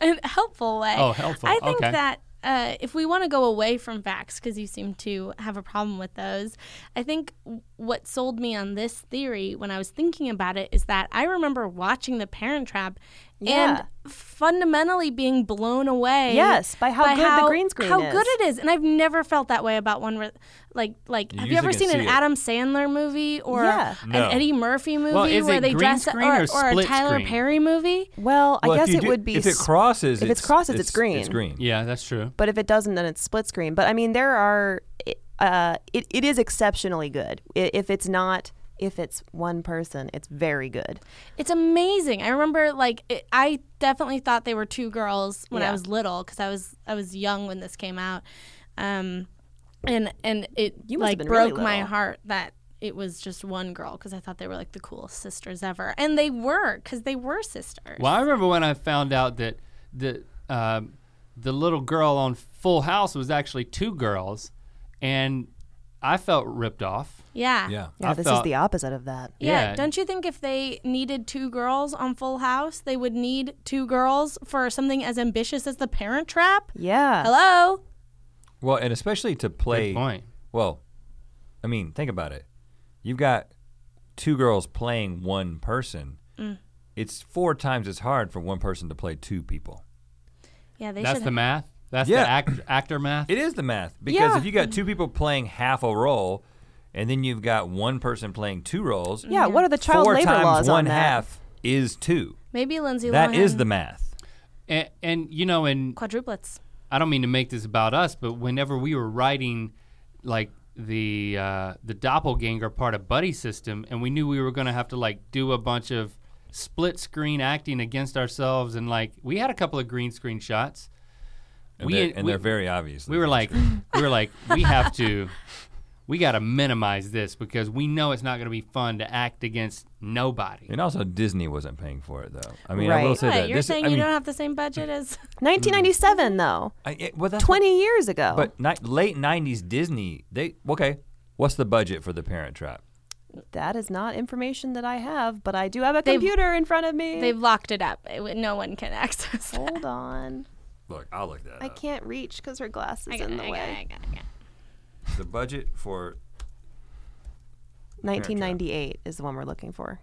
Speaker 5: an helpful way.
Speaker 2: Oh, helpful,
Speaker 5: I think
Speaker 2: okay.
Speaker 5: that uh, if we want to go away from facts, because you seem to have a problem with those, I think w- what sold me on this theory when I was thinking about it is that I remember watching The Parent Trap
Speaker 3: Yeah.
Speaker 5: and fundamentally being blown away.
Speaker 3: Yes, by how good the green screen
Speaker 5: how
Speaker 3: is.
Speaker 5: good it is, and I've never felt that way about one. Where, like, like,
Speaker 4: You
Speaker 5: have you
Speaker 4: usually
Speaker 5: ever
Speaker 4: can
Speaker 5: seen
Speaker 4: see
Speaker 5: an
Speaker 4: it.
Speaker 5: Adam Sandler movie or
Speaker 3: Yeah.
Speaker 4: No.
Speaker 5: an Eddie Murphy movie
Speaker 2: is
Speaker 5: where
Speaker 2: it
Speaker 5: they
Speaker 2: green
Speaker 5: dress
Speaker 2: screen
Speaker 5: or,
Speaker 2: or
Speaker 5: or a
Speaker 2: split
Speaker 5: Tyler
Speaker 2: screen?
Speaker 5: Perry movie?
Speaker 3: Well, I
Speaker 4: Well, if
Speaker 3: guess
Speaker 4: you
Speaker 3: it
Speaker 4: do-
Speaker 3: would be.
Speaker 4: If it
Speaker 3: sp-
Speaker 4: crosses,
Speaker 3: if it's crosses, it's green.
Speaker 4: It's green.
Speaker 2: Yeah, that's true.
Speaker 3: but if it doesn't, then it's split screen. But I mean, there are. Uh, it, it is exceptionally good. I- If it's not, if it's one person, it's very good.
Speaker 5: It's amazing. I remember like it, I definitely thought they were two girls when I
Speaker 3: Yeah.
Speaker 5: was little because I was I was young when this came out, um, and and it
Speaker 3: You must
Speaker 5: like
Speaker 3: have been really
Speaker 5: broke my
Speaker 3: little.
Speaker 5: heart that it was just one girl because I thought they were like the coolest sisters ever, and they were because they were sisters.
Speaker 2: Well, I remember when I found out that the um the little girl on Full House was actually two girls, and I felt ripped off.
Speaker 5: Yeah.
Speaker 4: Yeah.
Speaker 3: Yeah,
Speaker 2: I
Speaker 3: this
Speaker 2: thought-
Speaker 3: is the opposite of that.
Speaker 5: Yeah.
Speaker 2: Yeah.
Speaker 5: Don't you think if they needed two girls on Full House, they would need two girls for something as ambitious as The Parent Trap?
Speaker 3: Yeah.
Speaker 5: Hello?
Speaker 4: Well, and especially to play.
Speaker 2: Good point.
Speaker 4: Well, I mean, think about it. You've got two girls playing one person.
Speaker 3: Mm.
Speaker 4: It's four times as hard for one person to play two people.
Speaker 5: Yeah, they
Speaker 2: That's
Speaker 5: should
Speaker 2: the math. That's
Speaker 4: Yeah.
Speaker 2: the act, actor math.
Speaker 4: It is the math because
Speaker 3: Yeah.
Speaker 4: if you got two people playing half a role, and then you've got one person playing two roles,
Speaker 3: Yeah. What are the child
Speaker 4: four
Speaker 3: labor
Speaker 4: times
Speaker 3: laws
Speaker 4: one
Speaker 3: on that?
Speaker 4: half is two.
Speaker 5: Maybe Lindsay
Speaker 4: That
Speaker 5: Lohan.
Speaker 4: is the math.
Speaker 2: and, and you know, and
Speaker 5: quadruplets.
Speaker 2: I don't mean to make this about us, but whenever we were writing, like the uh, the doppelganger part of Buddy System, and we knew we were going to have to like do a bunch of split screen acting against ourselves, and like we had a couple of green screen shots.
Speaker 4: And,
Speaker 2: We-
Speaker 4: they're, and
Speaker 2: we-
Speaker 4: they're very obvious.
Speaker 2: We were like, we were like, we have to, we got to minimize this because we know it's not going to be fun to act against nobody.
Speaker 4: and also Disney wasn't paying for it though. I mean, I
Speaker 3: Right.
Speaker 4: will say
Speaker 5: Right,
Speaker 4: that
Speaker 5: you're
Speaker 4: this,
Speaker 5: saying
Speaker 4: I
Speaker 5: you
Speaker 4: mean,
Speaker 5: don't have the same budget
Speaker 4: <laughs>
Speaker 5: as <laughs>
Speaker 3: 1997 though.
Speaker 4: I, it- well, that's what-
Speaker 3: 20 years ago.
Speaker 4: But ni- late '90s Disney, they okay. What's the budget for the Parent Trap?
Speaker 3: that is not information that I have, but I do have a
Speaker 5: They've-
Speaker 3: computer in front of me.
Speaker 5: they've locked it up. It w- no one can access. That.
Speaker 3: Hold on.
Speaker 4: Look, I'll look that
Speaker 3: I can't reach because her glass is
Speaker 5: I got
Speaker 3: in
Speaker 5: it,
Speaker 3: the
Speaker 5: I got
Speaker 3: way.
Speaker 5: it, I got it, I got it.
Speaker 4: The budget for
Speaker 3: 1998 is the one we're looking for.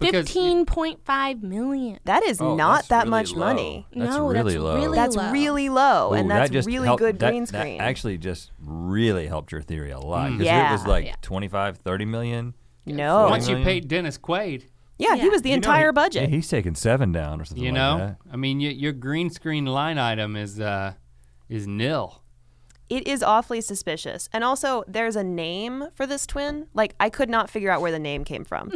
Speaker 2: Because-
Speaker 5: Fifteen point five million.
Speaker 3: That is
Speaker 4: oh,
Speaker 3: not
Speaker 4: that's
Speaker 3: that
Speaker 4: really
Speaker 3: much
Speaker 4: low.
Speaker 3: money.
Speaker 4: That's
Speaker 5: No,
Speaker 4: really
Speaker 5: that's
Speaker 4: low.
Speaker 5: really
Speaker 3: That's
Speaker 5: low.
Speaker 3: really low, Oh, and
Speaker 4: Ooh,
Speaker 3: that's
Speaker 4: that just
Speaker 3: really
Speaker 4: helped-
Speaker 3: good
Speaker 4: that-
Speaker 3: green
Speaker 4: that
Speaker 3: screen.
Speaker 4: actually just really helped your theory a lot because it
Speaker 3: Yeah.
Speaker 4: was like
Speaker 5: Yeah.
Speaker 4: 25, 30 million.
Speaker 3: no.
Speaker 2: Once you
Speaker 4: million.
Speaker 2: paid Dennis Quaid,
Speaker 3: yeah, he
Speaker 5: Yeah.
Speaker 3: was the
Speaker 4: You know,
Speaker 3: entire
Speaker 4: he-
Speaker 3: budget.
Speaker 4: yeah, he's taking seven down or something.
Speaker 2: you
Speaker 4: like
Speaker 2: know,
Speaker 4: that.
Speaker 2: I mean, y- your green screen line item is uh, is nil.
Speaker 3: it is awfully suspicious. And also, there's a name for this twin. Like, I could not figure out where the name
Speaker 5: <laughs>
Speaker 3: came from.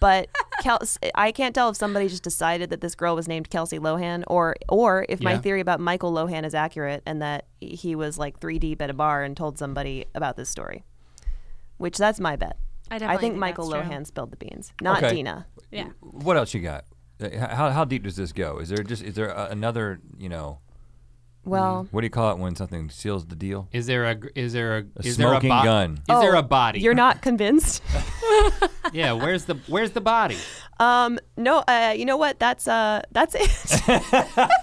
Speaker 3: But Kel- I can't tell if somebody just decided that this girl was named Kelsey Lohan, or or if my
Speaker 2: Yeah.
Speaker 3: theory about Michael Lohan is accurate and that he was like three deep at a bar and told somebody about this story. Which that's my bet.
Speaker 5: I
Speaker 3: I
Speaker 5: definitely
Speaker 3: think
Speaker 5: think
Speaker 3: Michael
Speaker 5: that's true.
Speaker 3: Lohan spilled the beans, not
Speaker 4: Okay.
Speaker 3: Dina.
Speaker 5: Yeah.
Speaker 4: What else you got? Uh, How, how deep does this go? Is there just is there a, another you know
Speaker 3: Well,
Speaker 4: what do you call it when something seals the deal?
Speaker 2: Is there a gr- is there a,
Speaker 4: A
Speaker 2: is
Speaker 4: smoking
Speaker 2: there a bo-
Speaker 4: gun.
Speaker 2: Is there
Speaker 3: Oh,
Speaker 2: a body?
Speaker 3: you're not convinced.
Speaker 2: <laughs> yeah. Where's the where's the
Speaker 3: <laughs>
Speaker 2: body?
Speaker 3: Um, no, uh, you know what? That's uh, that's it.
Speaker 4: <laughs>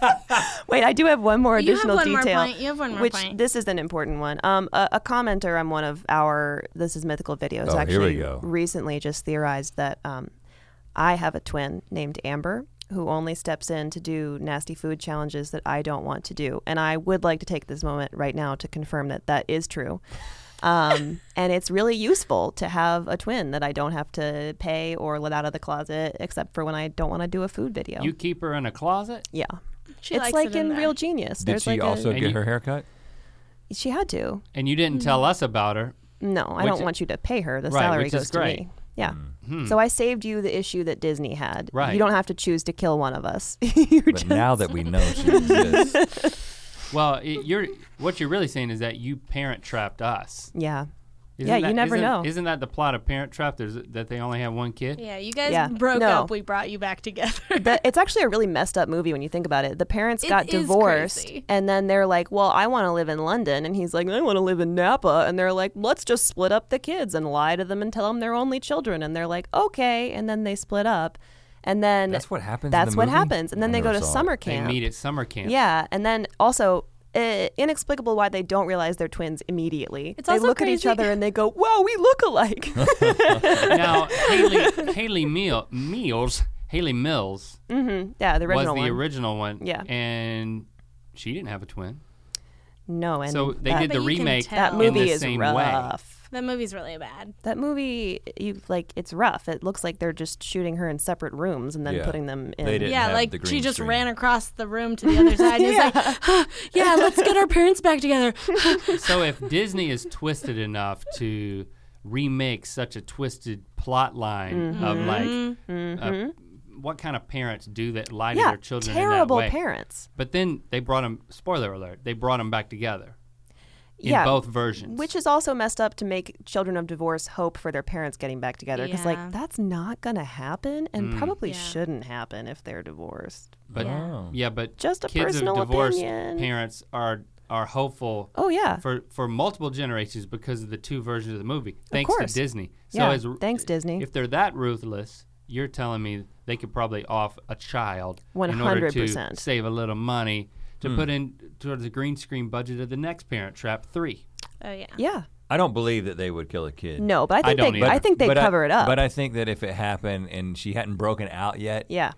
Speaker 3: Wait, I do have one more
Speaker 5: You have
Speaker 3: additional
Speaker 5: one more
Speaker 3: detail.
Speaker 5: point. You have one more
Speaker 3: which
Speaker 5: point.
Speaker 3: this is an important one. Um, a, a commenter on one of our this is mythical videos
Speaker 4: Oh, here we
Speaker 3: actually
Speaker 4: go.
Speaker 3: recently just theorized that um, I have a twin named Amber who only steps in to do nasty food challenges that I don't want to do, and I would like to take this moment right now to confirm that that is true. Um, and it's really useful to have a twin that I don't have to pay or let out of the closet, except for when I don't want to do a food video.
Speaker 2: You keep her in a closet.
Speaker 3: yeah,
Speaker 5: She
Speaker 3: it's
Speaker 5: likes
Speaker 3: like
Speaker 5: it in, there.
Speaker 3: Real Genius.
Speaker 4: Did
Speaker 3: There's
Speaker 4: she
Speaker 3: like
Speaker 4: also
Speaker 3: a,
Speaker 2: And
Speaker 4: get
Speaker 2: you-
Speaker 4: her haircut?
Speaker 3: she had to.
Speaker 2: And you didn't
Speaker 3: Mm.
Speaker 2: tell us about her.
Speaker 3: No,
Speaker 2: Which-
Speaker 3: I don't want you to pay her. The
Speaker 2: Right,
Speaker 3: salary
Speaker 2: which
Speaker 3: goes
Speaker 2: is
Speaker 3: to
Speaker 2: great. Mm.
Speaker 3: me. Yeah.
Speaker 5: Hmm.
Speaker 3: So I saved you the issue that Disney had.
Speaker 2: Right.
Speaker 3: You don't have to choose to kill one of us. <laughs> You're
Speaker 4: But
Speaker 3: just-
Speaker 4: now that we know she exists,
Speaker 3: <laughs>
Speaker 2: Well, it, you're what you're really saying is that you parent trapped us.
Speaker 3: yeah.
Speaker 2: Isn't
Speaker 3: Yeah, you
Speaker 2: that-
Speaker 3: never
Speaker 2: isn't-
Speaker 3: know.
Speaker 2: Isn't that the plot of Parent Trap? There's that they only have one kid.
Speaker 5: Yeah, you guys
Speaker 3: Yeah.
Speaker 5: broke
Speaker 3: No.
Speaker 5: up. We brought you back together. <laughs>
Speaker 3: The, it's actually a really messed up movie when you think about it. The parents
Speaker 5: It
Speaker 3: got
Speaker 5: is
Speaker 3: divorced,
Speaker 5: crazy.
Speaker 3: and then they're like, "Well, I want to live in London," and he's like, "I want to live in Napa," and they're like, "Let's just split up the kids and lie to them and tell them they're only children," and they're like, "Okay," and then they split up, and then
Speaker 4: that's what happens. in
Speaker 3: That's
Speaker 4: the
Speaker 3: what
Speaker 4: movie?
Speaker 3: happens, and then
Speaker 4: I
Speaker 3: they go
Speaker 4: never
Speaker 3: to
Speaker 4: saw it.
Speaker 3: summer
Speaker 2: They
Speaker 3: camp.
Speaker 2: meet at summer camp.
Speaker 3: Yeah, and then also uh, inexplicable why they don't realize they're twins immediately.
Speaker 5: It's
Speaker 3: they
Speaker 5: also
Speaker 3: look at each
Speaker 5: crazy-
Speaker 3: other and they go, "Wow, we look
Speaker 4: <laughs>
Speaker 3: alike." <laughs>
Speaker 2: now Haley Haley Meal Meals Haley Mills
Speaker 3: hmm Yeah, the
Speaker 2: was
Speaker 3: original
Speaker 2: the
Speaker 3: one.
Speaker 2: original one.
Speaker 3: Yeah.
Speaker 2: and she didn't have a twin.
Speaker 3: no, and
Speaker 2: so they
Speaker 3: that,
Speaker 2: did the
Speaker 5: But you can
Speaker 2: remake.
Speaker 5: tell.
Speaker 3: that
Speaker 5: in
Speaker 3: movie
Speaker 2: the
Speaker 3: is
Speaker 2: same way.
Speaker 3: rough.
Speaker 5: That movie's really bad.
Speaker 3: That movie, you like, it's rough. It looks like they're just shooting her in separate rooms and then
Speaker 4: Yeah.
Speaker 3: putting them in.
Speaker 4: They didn't
Speaker 5: Yeah,
Speaker 4: have
Speaker 5: like
Speaker 4: the
Speaker 5: she
Speaker 4: green
Speaker 5: just
Speaker 4: screen.
Speaker 5: ran across the room to the other side and
Speaker 3: <laughs>
Speaker 5: was like, "Huh, "Yeah, let's get our parents back together." <laughs>
Speaker 2: <laughs> so if Disney is twisted enough to remake such a twisted plot line of like
Speaker 3: Mm-hmm.
Speaker 2: uh, what kind of parents do that lie to
Speaker 3: Yeah,
Speaker 2: their children
Speaker 3: terrible
Speaker 2: in that way.
Speaker 3: parents.
Speaker 2: But then they brought them spoiler alert, they brought them back together in
Speaker 3: yeah,
Speaker 2: both versions.
Speaker 3: which is also messed up to make children of divorce hope for their parents getting back together because
Speaker 5: Yeah.
Speaker 3: like that's not gonna happen
Speaker 2: Mm.
Speaker 3: and probably
Speaker 5: Yeah.
Speaker 3: shouldn't happen if they're divorced.
Speaker 2: but
Speaker 4: Yeah.
Speaker 2: yeah, but
Speaker 3: Just a
Speaker 2: kids of
Speaker 3: personal
Speaker 2: divorced
Speaker 3: opinion.
Speaker 2: parents are are hopeful
Speaker 3: Oh yeah,
Speaker 2: for for multiple generations because of the two versions of the movie. Thanks
Speaker 3: course.
Speaker 2: to Disney.
Speaker 3: Yeah,
Speaker 2: as-
Speaker 3: thanks, Disney.
Speaker 2: If they're that ruthless, you're telling me they could probably off a child in order to
Speaker 3: 100%.
Speaker 2: save a little money to put in towards the green screen budget of the next Parent Trap three.
Speaker 5: Oh yeah.
Speaker 3: yeah.
Speaker 4: I don't believe that they would kill a kid.
Speaker 3: No, but I think
Speaker 2: don't
Speaker 3: they,
Speaker 2: either.
Speaker 3: I think they
Speaker 4: But I-
Speaker 3: cover it up.
Speaker 4: But I think that if it happened and she hadn't broken out yet,
Speaker 3: yeah,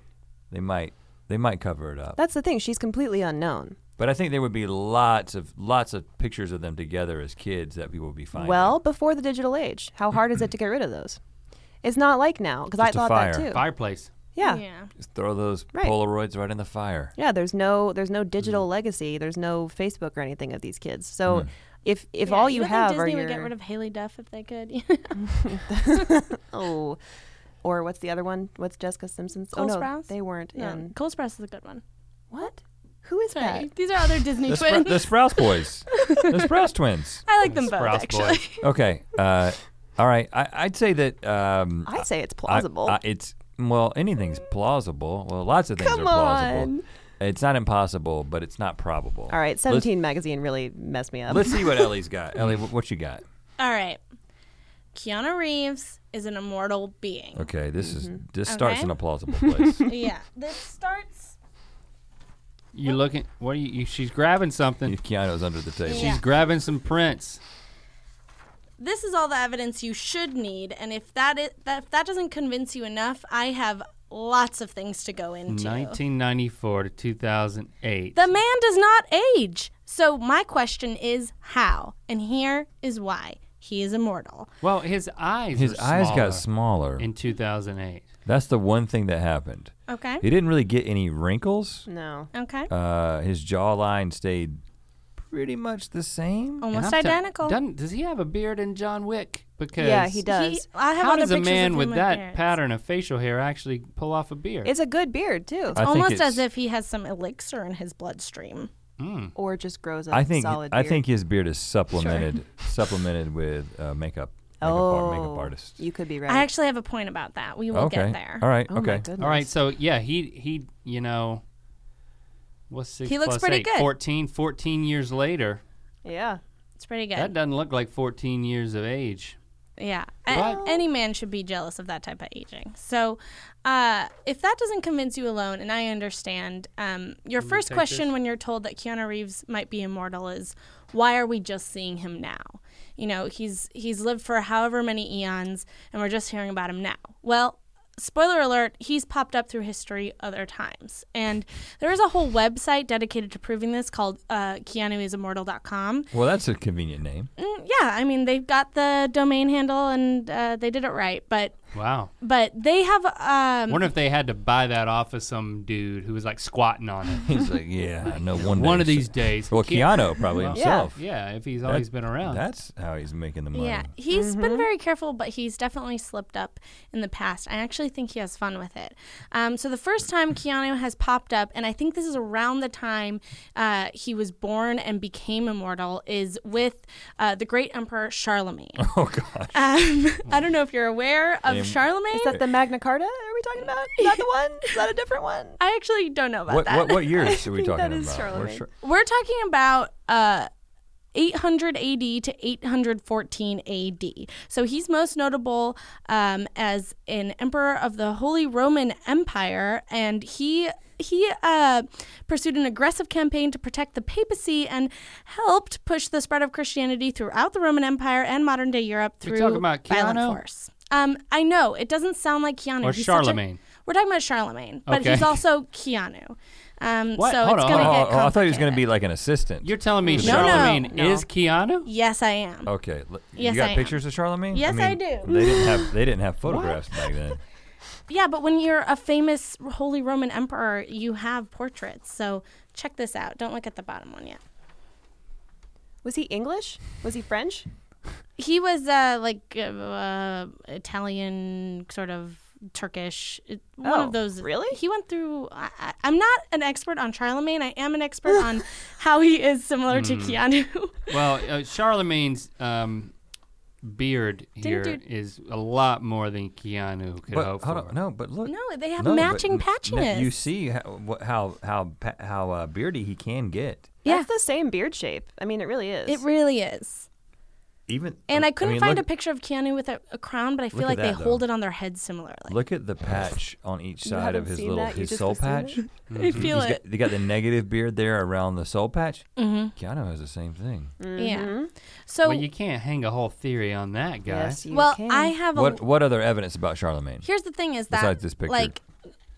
Speaker 4: they might they might cover it up.
Speaker 3: that's the thing. She's completely unknown.
Speaker 4: But I think there would be lots of lots of pictures of them together as kids that people would be finding.
Speaker 3: Well, before the digital age, how hard is it to get rid of those? It's not like now because I
Speaker 4: Just a
Speaker 3: thought that
Speaker 4: fire.
Speaker 3: too.
Speaker 2: Fireplace.
Speaker 3: Yeah. yeah.
Speaker 5: Yeah.
Speaker 4: Just throw those
Speaker 3: Right.
Speaker 4: Polaroids right in the fire.
Speaker 3: there's no there's no
Speaker 4: Mm.
Speaker 3: digital legacy. There's no Facebook or anything of these kids. So if if
Speaker 5: Yeah,
Speaker 3: all you,
Speaker 5: would think
Speaker 3: have
Speaker 5: Disney
Speaker 3: are
Speaker 5: would
Speaker 3: your
Speaker 5: get rid of Haley Duff if they could. <laughs>
Speaker 3: oh, or what's the other one? What's Jessica Simpson's?
Speaker 5: Cole
Speaker 3: oh no,
Speaker 5: Sprouse?
Speaker 3: they weren't
Speaker 5: no,
Speaker 3: in
Speaker 5: Cole Sprouse is a good one.
Speaker 3: what? Who is
Speaker 5: Sorry,
Speaker 3: that?
Speaker 5: these are other Disney
Speaker 4: The, Spr-
Speaker 5: twins.
Speaker 4: the Sprouse boys. the
Speaker 3: <laughs>
Speaker 4: Sprouse twins.
Speaker 5: <laughs> I
Speaker 4: <laughs>
Speaker 5: like them both
Speaker 2: Sprouse
Speaker 5: actually.
Speaker 2: boy.
Speaker 4: Okay. Uh, all right. I, I'd say that. Um,
Speaker 3: I'd say it's
Speaker 4: I-
Speaker 3: plausible.
Speaker 4: I- it's well, anything's plausible. Well, lots of things
Speaker 3: Come
Speaker 4: are plausible.
Speaker 3: on.
Speaker 4: It's not impossible, but it's not probable.
Speaker 3: all right,
Speaker 4: Let's-
Speaker 3: 17 magazine really messed me up.
Speaker 4: Let's see what Ellie's got. Ellie, wh- what you got?
Speaker 5: All right. Keanu Reeves is an immortal being.
Speaker 4: Okay, this is this starts
Speaker 5: Okay.
Speaker 4: in a plausible place.
Speaker 5: yeah. This starts.
Speaker 2: You looking? What are you, you? She's grabbing something.
Speaker 4: Keanu's under the table.
Speaker 5: Yeah.
Speaker 2: She's grabbing some prints.
Speaker 5: This is all the evidence you should need, and if that is, that if that doesn't convince you enough, I have lots of things to go into.
Speaker 2: 1994 to 2008.
Speaker 5: The man does not age. So my question is how, and here is why he is immortal.
Speaker 2: well, his eyes.
Speaker 4: His
Speaker 2: were
Speaker 4: eyes got
Speaker 2: smaller
Speaker 4: smaller.
Speaker 2: in 2008.
Speaker 4: That's the one thing that happened.
Speaker 5: Okay.
Speaker 4: He didn't really get any wrinkles.
Speaker 3: no.
Speaker 5: Okay.
Speaker 4: Uh, his jawline stayed pretty much the same.
Speaker 2: And
Speaker 5: Almost
Speaker 2: I'm tell-
Speaker 5: identical.
Speaker 2: doesn't- does he have a beard in John Wick? Because
Speaker 3: Yeah, he does.
Speaker 5: He- I have
Speaker 2: How
Speaker 5: other
Speaker 2: does a
Speaker 5: pictures of
Speaker 2: man
Speaker 5: him
Speaker 2: with that
Speaker 5: parents.
Speaker 2: pattern of facial hair actually pull off a beard?
Speaker 3: It's a good beard too.
Speaker 4: I think
Speaker 5: Almost
Speaker 4: it's-
Speaker 5: as if he has some elixir in his bloodstream.
Speaker 3: or just grows a
Speaker 4: I think
Speaker 3: solid
Speaker 4: I
Speaker 3: beard.
Speaker 4: think his beard is supplemented supplemented with uh, makeup. Makeup,
Speaker 3: oh,
Speaker 4: ar- makeup artist.
Speaker 3: You could be right.
Speaker 5: I actually have a point about that. We will
Speaker 4: okay.
Speaker 5: get there.
Speaker 4: All right.
Speaker 3: oh my
Speaker 4: okay.
Speaker 3: goodness.
Speaker 2: All right, so yeah, he he, you know, what's six
Speaker 5: He looks
Speaker 2: plus
Speaker 5: pretty
Speaker 2: eight?
Speaker 5: good.
Speaker 2: 14, 14 years later.
Speaker 3: Yeah.
Speaker 5: It's pretty good.
Speaker 2: That doesn't look like fourteen years of age.
Speaker 5: Yeah. A-
Speaker 2: Well-
Speaker 5: any man should be jealous of that type of aging. So, uh, if that doesn't convince you alone, and I understand, um, your first
Speaker 2: take
Speaker 5: question
Speaker 2: this.
Speaker 5: when you're told that Keanu Reeves might be immortal is, why are we just seeing him now? You know, he's he's lived for however many eons, and we're just hearing about him now. Well, spoiler alert, he's popped up through history other times. And there is a whole website dedicated to proving this called uh, KeanuIsImmortal.com.
Speaker 4: Well, that's a convenient name.
Speaker 5: Mm, Yeah, I mean they've got the domain handle and uh, they did it right, but
Speaker 2: Wow.
Speaker 5: but they have um
Speaker 2: wonder if they had to buy that off of some dude who was like squatting on it.
Speaker 4: He's like, yeah, I know one.
Speaker 2: One
Speaker 4: day
Speaker 2: of
Speaker 4: so-
Speaker 2: these days.
Speaker 4: Well,
Speaker 2: Ke-
Speaker 4: Keanu probably himself.
Speaker 2: Yeah, if he's always been around.
Speaker 4: That's how he's making the money.
Speaker 5: yeah, he's
Speaker 3: Mm-hmm.
Speaker 5: been very careful, but he's definitely slipped up in the past. I actually think he has fun with it. Um, so the first time Keanu has popped up, and I think this is around the time uh, he was born and became immortal, is with uh, the great emperor
Speaker 4: <laughs>
Speaker 5: Charlemagne.
Speaker 4: Oh gosh.
Speaker 5: um, <laughs> I don't know if you're aware of
Speaker 4: Um,
Speaker 5: Charlemagne.
Speaker 3: Is that the Magna Carta? Are we talking about? Is that the one? Is that a different one?
Speaker 5: I actually don't know about
Speaker 4: What,
Speaker 5: that.
Speaker 4: what what years are we
Speaker 3: think
Speaker 4: talking
Speaker 3: that is
Speaker 4: about? We're
Speaker 3: Charlemagne.
Speaker 4: sure-
Speaker 5: We're talking about uh 800 AD to 814 AD. So he's most notable um, as an emperor of the Holy Roman Empire, and he he uh, pursued an aggressive campaign to protect the papacy and helped push the spread of Christianity throughout the Roman Empire and modern day Europe
Speaker 2: We
Speaker 5: through
Speaker 2: talking about
Speaker 5: violent
Speaker 2: Keanu?
Speaker 5: force. Um, I know it doesn't sound like Keanu
Speaker 2: Or
Speaker 5: He's such a-
Speaker 2: Charlemagne.
Speaker 5: we're talking about Charlemagne, but
Speaker 2: Okay.
Speaker 5: he's also Keanu. Um,
Speaker 2: What?
Speaker 5: So
Speaker 2: Hold
Speaker 5: it's
Speaker 2: on,
Speaker 5: gonna
Speaker 2: hold
Speaker 5: get
Speaker 4: Oh, I thought he was going
Speaker 5: complicated.
Speaker 4: to be like an assistant.
Speaker 2: You're telling me
Speaker 5: No, no,
Speaker 2: Charlemagne
Speaker 5: no.
Speaker 2: is Keanu?
Speaker 5: Yes, I am.
Speaker 4: okay. l-
Speaker 5: Yes,
Speaker 4: you got
Speaker 5: I am.
Speaker 4: pictures of Charlemagne?
Speaker 5: Yes, I do.
Speaker 4: They
Speaker 5: <laughs>
Speaker 4: didn't have they didn't have photographs back then.
Speaker 5: Yeah, but when you're a famous Holy Roman Emperor, you have portraits. So check this out. Don't look at the bottom one yet.
Speaker 3: Was he English? Was he French?
Speaker 5: He was uh, like uh, uh, Italian, sort of Turkish, it- one
Speaker 3: Oh,
Speaker 5: of those.
Speaker 3: really?
Speaker 5: He went through. I, I- I'm not an expert on Charlemagne. I am an expert on
Speaker 4: <laughs>
Speaker 5: how he is similar to
Speaker 4: Hmm.
Speaker 5: Keanu. <laughs>
Speaker 2: Well, uh, Charlemagne's um, beard here
Speaker 5: Didn't
Speaker 2: is a lot more than Keanu could
Speaker 4: But,
Speaker 2: hope
Speaker 4: hold
Speaker 2: for.
Speaker 4: on, no, but look.
Speaker 5: no, they have
Speaker 4: No, but
Speaker 5: matching
Speaker 4: n-
Speaker 5: patchiness.
Speaker 4: n- You see how wha- how how pa- how uh, beardy he can get.
Speaker 5: yeah,
Speaker 3: That's the same beard shape. I mean, it really is.
Speaker 5: it really is.
Speaker 4: Even
Speaker 5: And I couldn't
Speaker 4: Oh, mean,
Speaker 5: find
Speaker 4: look-
Speaker 5: a picture of Keanu with a, a crown, but I feel
Speaker 4: Look
Speaker 5: like
Speaker 4: at
Speaker 5: they
Speaker 4: that, though.
Speaker 5: hold it on their heads similarly.
Speaker 4: Look at the patch on each
Speaker 3: You
Speaker 4: side of
Speaker 3: haven't
Speaker 4: his
Speaker 3: seen
Speaker 4: little
Speaker 3: that? You
Speaker 4: his
Speaker 3: just
Speaker 4: soul
Speaker 3: received
Speaker 4: patch.
Speaker 3: it?
Speaker 4: <laughs>
Speaker 5: I feel
Speaker 4: He's
Speaker 5: it.
Speaker 4: got, they got the negative beard there around the soul patch. Mm-hmm. Keanu has the same thing.
Speaker 5: Mm-hmm.
Speaker 4: Mm-hmm.
Speaker 5: Yeah. So
Speaker 2: well, you can't hang a whole theory on that, guys.
Speaker 3: Yes, you
Speaker 5: well,
Speaker 3: can.
Speaker 5: I have a.
Speaker 4: What what other evidence about Charlemagne?
Speaker 5: here's the thing: is that
Speaker 4: Besides this picture.
Speaker 5: like,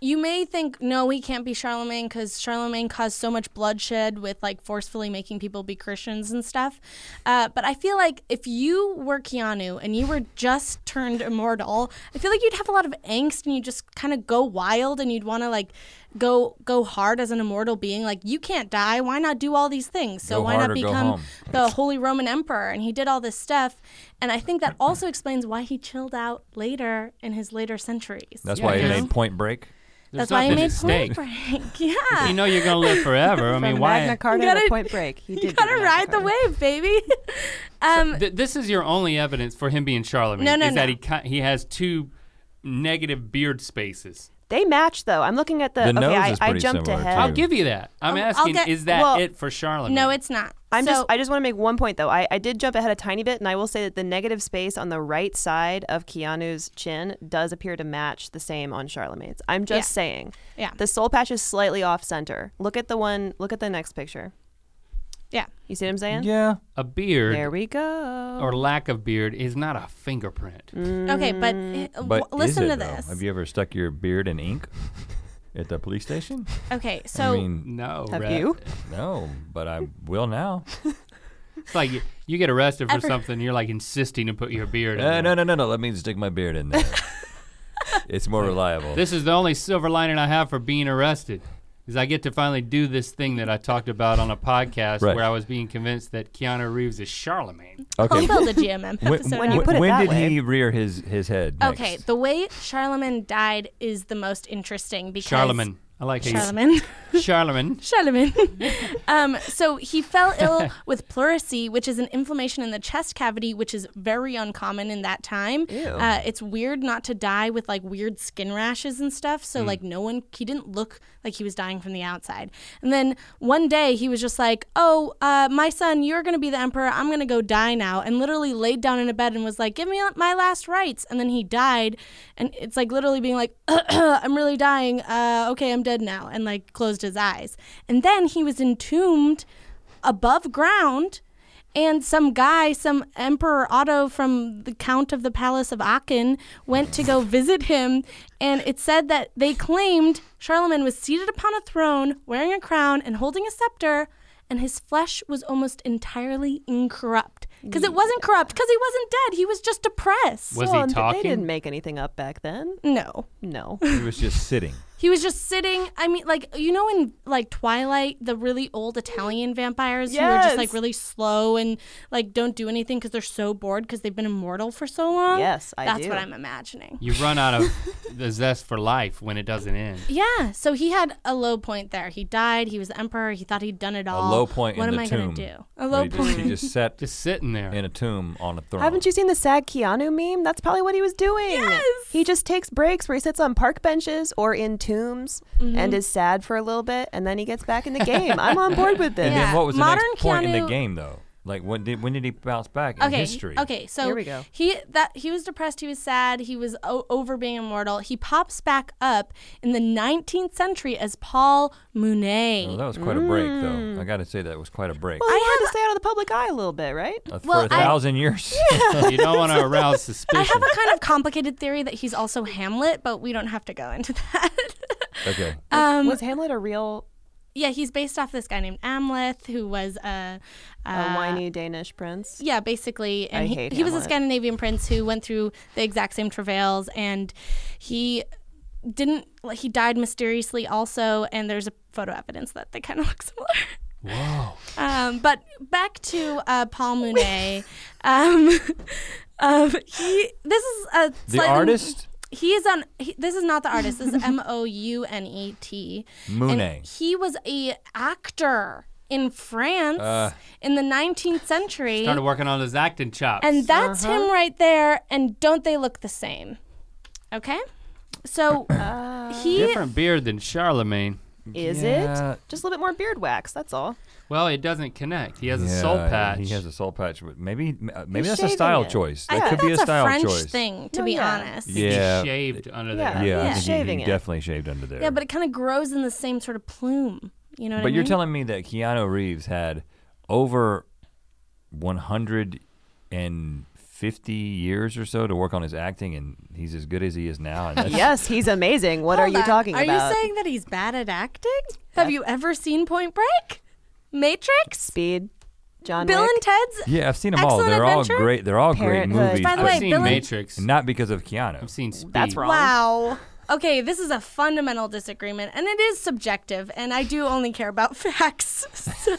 Speaker 5: you may think no, he can't be Charlemagne because Charlemagne caused so much bloodshed with like forcefully making people be Christians and stuff. Uh, but I feel like if you were Keanu and you were just turned immortal, I feel like you'd have a lot of angst and you would just kind of go wild and you'd want to like go go hard as an immortal being. Like you can't die. Why not do all these things? So
Speaker 4: Go
Speaker 5: why
Speaker 4: hard
Speaker 5: not
Speaker 4: or go
Speaker 5: become
Speaker 4: home.
Speaker 5: the Holy Roman Emperor, and he did all this stuff. And I think that also explains why he chilled out later in his later centuries.
Speaker 4: That's
Speaker 2: Yeah,
Speaker 4: why he
Speaker 2: because-
Speaker 4: made Point Break.
Speaker 5: That's
Speaker 2: There's
Speaker 5: why he
Speaker 2: nothing
Speaker 5: made
Speaker 2: at stake.
Speaker 5: Point Break. <laughs> Yeah,
Speaker 2: You know you're gonna
Speaker 5: <laughs>
Speaker 2: live forever. I mean,
Speaker 3: From
Speaker 2: why?
Speaker 3: Magna Carta
Speaker 5: You gotta-
Speaker 3: to Point Break. He did
Speaker 5: you
Speaker 3: do
Speaker 5: gotta
Speaker 3: Magna
Speaker 5: ride the
Speaker 3: Carta.
Speaker 5: wave, baby. um,
Speaker 2: Th- this is your only evidence for him being Charlemagne.
Speaker 5: No, no,
Speaker 2: is that
Speaker 5: no.
Speaker 2: he ki- he has two negative beard spaces.
Speaker 3: They match though. I'm looking at the.
Speaker 4: The
Speaker 3: okay,
Speaker 4: nose
Speaker 3: I,
Speaker 4: is
Speaker 3: I
Speaker 4: pretty
Speaker 3: jumped
Speaker 4: similar,
Speaker 2: I'll
Speaker 3: ahead.
Speaker 4: too.
Speaker 2: give you that. I'm
Speaker 5: Um, I'll- I'll
Speaker 2: asking,
Speaker 5: get-
Speaker 2: is that
Speaker 3: well,
Speaker 2: it for Charlemagne?
Speaker 5: no, it's not.
Speaker 3: I'm
Speaker 5: So-
Speaker 3: just. I just want to make one point though. I, I did jump ahead a tiny bit, and I will say that the negative space on the right side of Keanu's chin does appear to match the same on Charlemagne's. I'm just
Speaker 5: Yeah.
Speaker 3: saying.
Speaker 5: Yeah.
Speaker 3: The soul patch is slightly off center. Look at the one. Look at the next picture.
Speaker 5: yeah.
Speaker 3: You see what I'm saying?
Speaker 4: Yeah.
Speaker 2: a beard
Speaker 3: There we go.
Speaker 2: or lack of beard is not a fingerprint.
Speaker 5: Okay, but, uh,
Speaker 4: But
Speaker 5: w- listen
Speaker 4: is
Speaker 5: to
Speaker 4: it, though?
Speaker 5: this.
Speaker 4: Have you ever stuck your beard
Speaker 5: <laughs>
Speaker 4: in ink at the police station?
Speaker 5: okay,
Speaker 4: I
Speaker 5: so
Speaker 4: mean,
Speaker 2: No,
Speaker 3: Have
Speaker 2: Rhett.
Speaker 3: you?
Speaker 4: no, but I will now.
Speaker 2: It's <laughs> like you, you get arrested for
Speaker 5: Ever-
Speaker 2: something, you're like insisting to put your beard. in
Speaker 4: Uh,
Speaker 2: there.
Speaker 4: no, no, no, no. Let me stick my
Speaker 5: <laughs>
Speaker 4: beard in there. it's more reliable.
Speaker 2: This is the only silver lining I have for being arrested. Is I get to finally do this thing that I talked about on a podcast
Speaker 4: Right.
Speaker 2: where I was being convinced that Keanu Reeves is Charlemagne.
Speaker 5: I'll
Speaker 4: okay.
Speaker 5: build a GMM episode.
Speaker 3: when you put it
Speaker 4: when
Speaker 3: that
Speaker 4: did
Speaker 3: way-
Speaker 4: he rear his his head?
Speaker 5: okay,
Speaker 4: next?
Speaker 5: the way Charlemagne died is the most interesting because
Speaker 2: Charlemagne. I like how
Speaker 5: Charlemagne. <laughs>
Speaker 2: you <laughs> Charlemagne.
Speaker 5: Charlemagne. um, so he fell ill with pleurisy, which is an inflammation in the chest cavity, which is very uncommon in that time. Uh, it's weird not to die with like weird skin rashes and stuff. So like no one, he didn't look like he was dying from the outside. And then one day he was just like, "Oh, uh, my son, you're gonna be the emperor. I'm gonna go die now." And literally laid down in a bed and was like, "Give me my last rites." And then he died. And it's like literally being like, "I'm really dying. Uh, okay, I'm dead now." And like closed his eyes. And then he was entombed above ground. And some guy, some Emperor Otto from the Count of the Palace of Aachen, went to go visit him. And it said that they claimed Charlemagne was seated upon a throne, wearing a crown, and holding a scepter, and his flesh was almost entirely incorrupt. Because it wasn't corrupt, because he wasn't dead. He was just depressed.
Speaker 2: Was
Speaker 3: Well,
Speaker 2: he
Speaker 3: and
Speaker 2: talking?
Speaker 3: They didn't make anything up back then.
Speaker 5: No.
Speaker 3: No.
Speaker 4: he was just sitting.
Speaker 5: He was just sitting. I mean, like you know, in like Twilight, the really old Italian vampires who are just
Speaker 3: Yes.
Speaker 5: like really slow and like don't do anything because they're so bored because they've been immortal for so long.
Speaker 3: Yes, I
Speaker 5: that's
Speaker 3: do.
Speaker 5: what I'm imagining.
Speaker 2: You run out of
Speaker 5: <laughs>
Speaker 2: the zest for life when it doesn't end.
Speaker 5: Yeah, so he had a low point there. He died. He was the emperor. He thought he'd done it
Speaker 4: A
Speaker 5: all.
Speaker 4: low point
Speaker 5: What
Speaker 4: in
Speaker 5: am
Speaker 4: the
Speaker 5: I
Speaker 4: tomb.
Speaker 5: gonna do? A low
Speaker 4: he
Speaker 5: point.
Speaker 4: Just, he just sat
Speaker 2: Just sitting there.
Speaker 4: in a tomb on a throne.
Speaker 3: Haven't you seen the sad Keanu meme? That's probably what he was doing.
Speaker 5: Yes.
Speaker 3: He just takes breaks where he sits on park benches or in tombs
Speaker 5: Mm-hmm.
Speaker 3: and is sad for a little bit, and then he gets back in the game. I'm on board with this.
Speaker 5: <laughs>
Speaker 4: And
Speaker 5: Yeah.
Speaker 4: then what was the
Speaker 5: Modern
Speaker 4: next point in
Speaker 5: Keanu-
Speaker 4: the game, though? Like when did when did he bounce back? in
Speaker 5: okay,
Speaker 4: history.
Speaker 5: Okay, so
Speaker 3: Here we go.
Speaker 5: He that he was depressed. He was sad. He was o- over being immortal. He pops back up in the 19th century as Paul Monet.
Speaker 4: Well, Oh, that was quite a break, though. I
Speaker 5: Mm.
Speaker 4: got to say that was quite a break.
Speaker 3: Well, he
Speaker 5: I
Speaker 3: wanted to stay out of the public eye a little bit, right?
Speaker 4: Uh,
Speaker 5: well,
Speaker 4: for a
Speaker 5: I- <laughs>
Speaker 4: thousand years.
Speaker 2: you don't want to arouse
Speaker 5: I
Speaker 2: suspicion.
Speaker 5: have a kind of complicated theory that he's also Hamlet, but we don't have to go into <laughs> that.
Speaker 4: <laughs> okay.
Speaker 5: Um,
Speaker 3: was Hamlet a real
Speaker 5: yeah, he's based off this guy named Amleth, who was a, a
Speaker 3: a whiny Danish prince?
Speaker 5: Yeah, basically, and
Speaker 3: I
Speaker 5: he,
Speaker 3: hate
Speaker 5: he was a
Speaker 3: Hamlet.
Speaker 5: Scandinavian prince who went through the exact same travails, and he didn't. like, He died mysteriously, also, and there's a photo evidence that they kind of look similar. Um, but back to uh, Paul Monet. um, <laughs> um, he. This is a
Speaker 4: The
Speaker 5: slightly-
Speaker 4: artist?
Speaker 5: He is on. He, this is not the artist. This is M O U N E T.
Speaker 4: Monet.
Speaker 5: And he was a actor in France
Speaker 4: Uh.
Speaker 5: in the 19th century.
Speaker 2: Started working on his acting chops.
Speaker 5: And that's him right there. And don't they look the same? Okay.
Speaker 4: <coughs>
Speaker 5: So uh, he.
Speaker 2: Different beard than Charlemagne.
Speaker 3: Is
Speaker 4: Yeah.
Speaker 3: it? Just a little bit more beard wax, that's all.
Speaker 2: Well, it doesn't connect. He has a
Speaker 4: Yeah,
Speaker 2: soul
Speaker 4: yeah,
Speaker 2: patch.
Speaker 4: He has a soul patch. but Maybe uh, maybe
Speaker 3: He's
Speaker 4: that's a
Speaker 3: shaving
Speaker 4: style
Speaker 3: it.
Speaker 4: choice.
Speaker 5: I think
Speaker 4: that could be a
Speaker 5: that's
Speaker 4: style
Speaker 5: French
Speaker 4: choice.
Speaker 5: thing, to
Speaker 3: No,
Speaker 5: be
Speaker 3: yeah.
Speaker 5: honest.
Speaker 4: Yeah.
Speaker 2: shaved under
Speaker 3: Yeah.
Speaker 2: there.
Speaker 4: Yeah, I
Speaker 3: He's
Speaker 4: think he-
Speaker 3: shaving
Speaker 4: he
Speaker 3: it.
Speaker 4: definitely shaved under there.
Speaker 5: Yeah, but it kind of grows in the same sort of plume. You know what I
Speaker 4: But
Speaker 5: mean?
Speaker 4: you're telling me that Keanu Reeves had over 150 years or so to work on his acting, and he's as good as he is now.
Speaker 5: <laughs>
Speaker 4: And that's,
Speaker 3: Yes, he's amazing. What are
Speaker 5: Hold
Speaker 3: you
Speaker 5: on.
Speaker 3: talking about?
Speaker 5: Are you saying that he's bad at acting? Have you ever seen Point Break? Matrix?
Speaker 3: Speed, John
Speaker 5: Bill
Speaker 3: Wick.
Speaker 5: and Ted's?
Speaker 4: Yeah, I've seen them all.
Speaker 5: Excellent
Speaker 4: They're all
Speaker 5: Adventure?
Speaker 4: great. They're all great
Speaker 3: Parenthood.
Speaker 4: movies.
Speaker 5: By the
Speaker 4: but
Speaker 5: way,
Speaker 2: I've seen
Speaker 5: Bill and-
Speaker 2: Matrix.
Speaker 4: not because of Keanu.
Speaker 2: I've seen Speed.
Speaker 3: That's wrong.
Speaker 5: Wow. Okay, this is a fundamental disagreement, and it is subjective, and I do only care about <laughs> facts. So,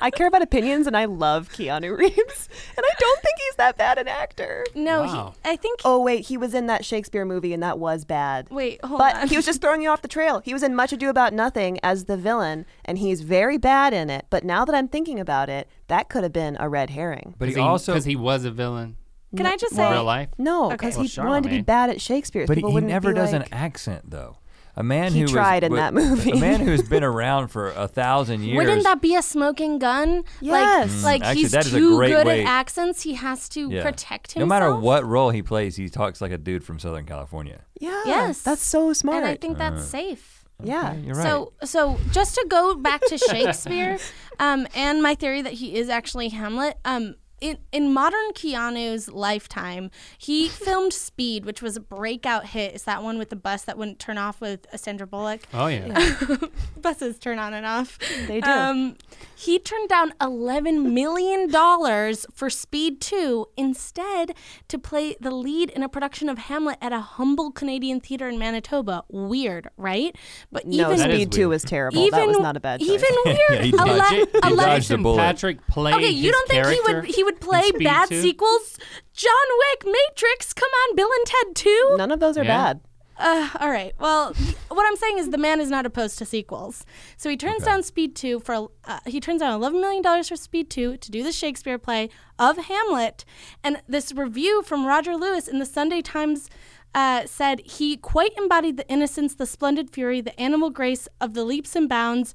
Speaker 3: I care about opinions, and I love Keanu <laughs> Reeves, and I don't think he's that bad an actor.
Speaker 5: no,
Speaker 2: Wow.
Speaker 5: he, I think.
Speaker 3: Oh wait, he was in that Shakespeare movie, and that was bad.
Speaker 5: Wait, hold
Speaker 3: but
Speaker 5: on.
Speaker 3: he was just throwing you off the trail. He was in Much Ado About Nothing as the villain, and he's very bad in it. But now that I'm thinking about it, that could have been a red herring.
Speaker 4: But he, also.
Speaker 2: because he, was a villain
Speaker 5: Can I just
Speaker 2: in
Speaker 5: say,
Speaker 2: real life.
Speaker 3: No,
Speaker 5: Okay.
Speaker 3: because
Speaker 2: Well,
Speaker 3: he wanted to be
Speaker 2: Charlemagne.
Speaker 3: bad at Shakespeare.
Speaker 4: but
Speaker 3: People
Speaker 4: he
Speaker 3: wouldn't
Speaker 4: never
Speaker 3: be
Speaker 4: does
Speaker 3: like,
Speaker 4: an accent though. A man
Speaker 3: He
Speaker 4: who was-
Speaker 3: tried in
Speaker 4: wa-
Speaker 3: that movie.
Speaker 4: A man who's <laughs> been around for a thousand years. Mm,
Speaker 5: wouldn't that be a smoking gun?
Speaker 3: Yes.
Speaker 5: Like, like
Speaker 4: actually,
Speaker 5: he's
Speaker 4: that is a
Speaker 5: too
Speaker 4: great
Speaker 5: good
Speaker 4: way-
Speaker 5: at accents, he has to
Speaker 4: Yeah.
Speaker 5: protect
Speaker 4: No
Speaker 5: himself.
Speaker 4: matter what role he plays, he talks like a dude from Southern California.
Speaker 3: Yeah,
Speaker 5: Yes.
Speaker 3: that's so smart.
Speaker 5: And I think that's
Speaker 4: Uh.
Speaker 5: safe.
Speaker 3: yeah,
Speaker 4: You're right.
Speaker 5: So, so just to go back to Shakespeare, um, and my theory that he is actually Hamlet. Um, in, in modern Keanu's lifetime, he filmed Speed, which was a breakout hit. It's that one with the bus that wouldn't turn off with uh, Sandra Bullock.
Speaker 2: Oh yeah.
Speaker 5: <laughs> Buses turn on and off.
Speaker 3: They do.
Speaker 5: Um, he turned down eleven million dollars for Speed Two, instead to play the lead in a production of Hamlet at a humble Canadian theater in Manitoba. Weird, right? But
Speaker 3: no,
Speaker 5: even
Speaker 2: That is
Speaker 3: Speed Two
Speaker 2: weird.
Speaker 3: was terrible. that was not a bad choice.
Speaker 5: even weird.
Speaker 4: <laughs> Yeah, he dodged-
Speaker 5: Ele-
Speaker 4: he
Speaker 5: ele-
Speaker 4: dodged the bullet.
Speaker 2: Patrick played
Speaker 5: okay, you
Speaker 2: his
Speaker 5: don't think he would
Speaker 2: character
Speaker 5: he would
Speaker 2: in
Speaker 5: play
Speaker 2: Speed
Speaker 5: bad
Speaker 2: 2?
Speaker 5: sequels? John Wick, Matrix, come on, Bill and Ted Two.
Speaker 3: None of those are
Speaker 2: Yeah.
Speaker 3: bad.
Speaker 5: Uh, all right. Well, what I'm saying is the man is not opposed to sequels. So he turns down Speed Two for uh, he turns down 11 million dollars for Speed Two to do the Shakespeare play of Hamlet, and this review from Roger Lewis in the Sunday Times. Uh, said he quite embodied the innocence, the splendid fury, the animal grace of the leaps and bounds,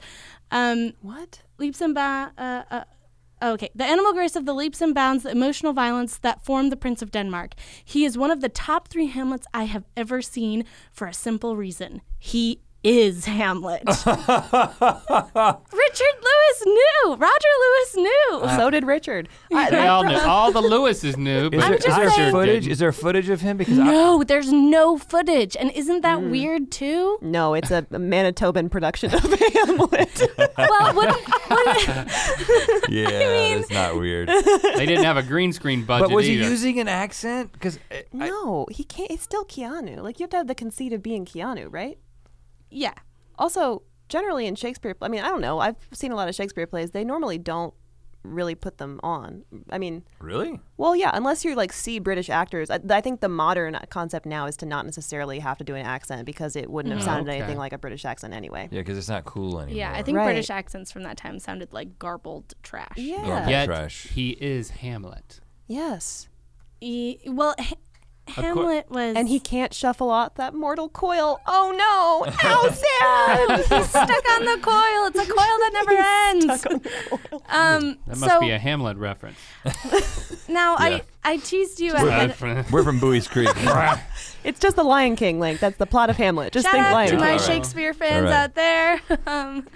Speaker 5: um,
Speaker 3: What?
Speaker 5: leaps and bounds. Uh, uh, oh, okay, the animal grace of the leaps and bounds, the emotional violence that formed the Prince of Denmark. He is one of the top three Hamlets I have ever seen for a simple reason: he is Hamlet. <laughs> Richard Lewis knew. Roger Lewis knew.
Speaker 4: Uh,
Speaker 3: so did Richard. I-
Speaker 5: <laughs>
Speaker 2: They
Speaker 3: I-
Speaker 2: all knew. All the Lewises knew.
Speaker 4: <laughs> Is
Speaker 2: but
Speaker 4: there, is
Speaker 5: just
Speaker 4: there
Speaker 5: saying-
Speaker 4: footage? Is there footage of him?
Speaker 5: <laughs>
Speaker 4: Because I,
Speaker 5: no, there's no footage, and isn't that weird too?
Speaker 3: no, it's a Manitoban production of <laughs> Hamlet.
Speaker 5: Well, wouldn't, wouldn't
Speaker 4: yeah, that's
Speaker 5: <laughs>
Speaker 4: not weird.
Speaker 2: <laughs> They didn't have a green screen budget
Speaker 4: But was he
Speaker 2: either.
Speaker 4: using an accent? Because I,
Speaker 3: no, he can't. It's still Keanu. Like you have to have the conceit of being Keanu, right?
Speaker 5: yeah.
Speaker 3: Also, generally in Shakespeare, I mean, I don't know. I've seen a lot of Shakespeare plays. They normally don't really put them on. I mean,
Speaker 4: really,
Speaker 3: well, yeah, unless you like see British actors. I, I think the modern concept now is to not necessarily have to do an accent because it wouldn't have sounded
Speaker 2: Okay.
Speaker 3: anything like a British accent anyway.
Speaker 4: yeah, because it's not cool anymore.
Speaker 5: Yeah, I think
Speaker 3: Right.
Speaker 5: British accents from that time sounded like garbled trash.
Speaker 2: <laughs>
Speaker 3: Yeah.
Speaker 4: Garbled
Speaker 2: Yet
Speaker 4: trash.
Speaker 2: he is Hamlet.
Speaker 3: Yes.
Speaker 5: E- well, H- Hamlet was
Speaker 3: And he can't shuffle out that mortal coil. Oh no! How sad!
Speaker 5: Um, <laughs> he's stuck on the coil.
Speaker 3: <laughs>
Speaker 5: It's a coil that never ends. Um,
Speaker 2: That must
Speaker 5: so
Speaker 2: be a Hamlet
Speaker 5: <laughs>
Speaker 2: reference. Uh,
Speaker 5: now
Speaker 4: Yeah.
Speaker 5: I I teased you
Speaker 2: <laughs>
Speaker 5: ahead.
Speaker 2: Reference.
Speaker 4: We're from Bowie's Creek.
Speaker 3: It's just the Lion King link. That's the plot of Hamlet. Just
Speaker 5: Shout
Speaker 3: think
Speaker 5: out
Speaker 3: Lion
Speaker 5: to
Speaker 3: King.
Speaker 5: my <laughs>
Speaker 4: All right.
Speaker 5: Shakespeare fans
Speaker 4: right.
Speaker 5: out there. <laughs> Um,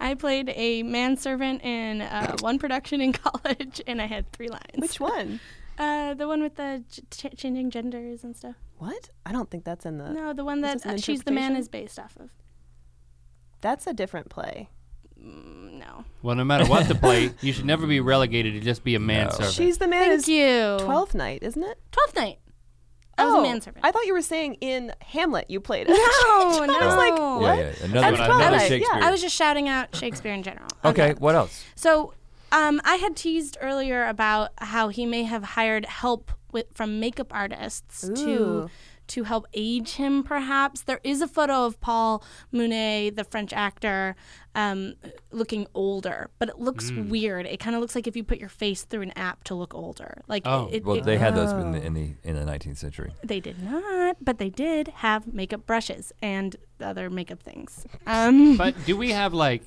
Speaker 5: I played a manservant in uh, one production in <laughs> college, and I had three lines.
Speaker 3: Which one?
Speaker 5: Uh, the one with the ch- ch- changing genders and stuff.
Speaker 3: What? I don't think that's in the.
Speaker 5: No, the one
Speaker 3: Is
Speaker 5: that
Speaker 3: this an
Speaker 5: uh, She's the Man
Speaker 3: interpretation?
Speaker 5: is based off of.
Speaker 3: That's a different play.
Speaker 5: Mm, No.
Speaker 2: well, no matter what the play, you should never be relegated to just be a manservant.
Speaker 3: She's the man
Speaker 5: Thank
Speaker 3: is
Speaker 5: you.
Speaker 3: Twelfth Night, isn't it?
Speaker 5: Twelfth Night. I was a manservant.
Speaker 3: Oh, I thought you were saying in Hamlet you played it.
Speaker 5: <laughs> No,
Speaker 3: <laughs> I was like,
Speaker 5: no.
Speaker 4: Yeah,
Speaker 3: what?
Speaker 4: yeah. Another,
Speaker 2: That's
Speaker 4: another
Speaker 3: right, yeah.
Speaker 4: Shakespeare.
Speaker 5: I was just shouting out Shakespeare in general.
Speaker 4: okay, what else?
Speaker 5: So, um, I had teased earlier about how he may have hired help with, from makeup artists
Speaker 3: Ooh.
Speaker 5: to to help age him. Perhaps there is a photo of Paul Mounet, the French actor, um, looking older, but it looks
Speaker 2: Hmm.
Speaker 5: weird. It kind of looks like if you put your face through an app to look older. Like
Speaker 2: Oh.
Speaker 5: it,
Speaker 4: Well,
Speaker 5: it-
Speaker 4: they had those in the, in the in the 19th century.
Speaker 5: they did not, but they did have makeup brushes and other makeup things. Um,
Speaker 2: <laughs> But do we have like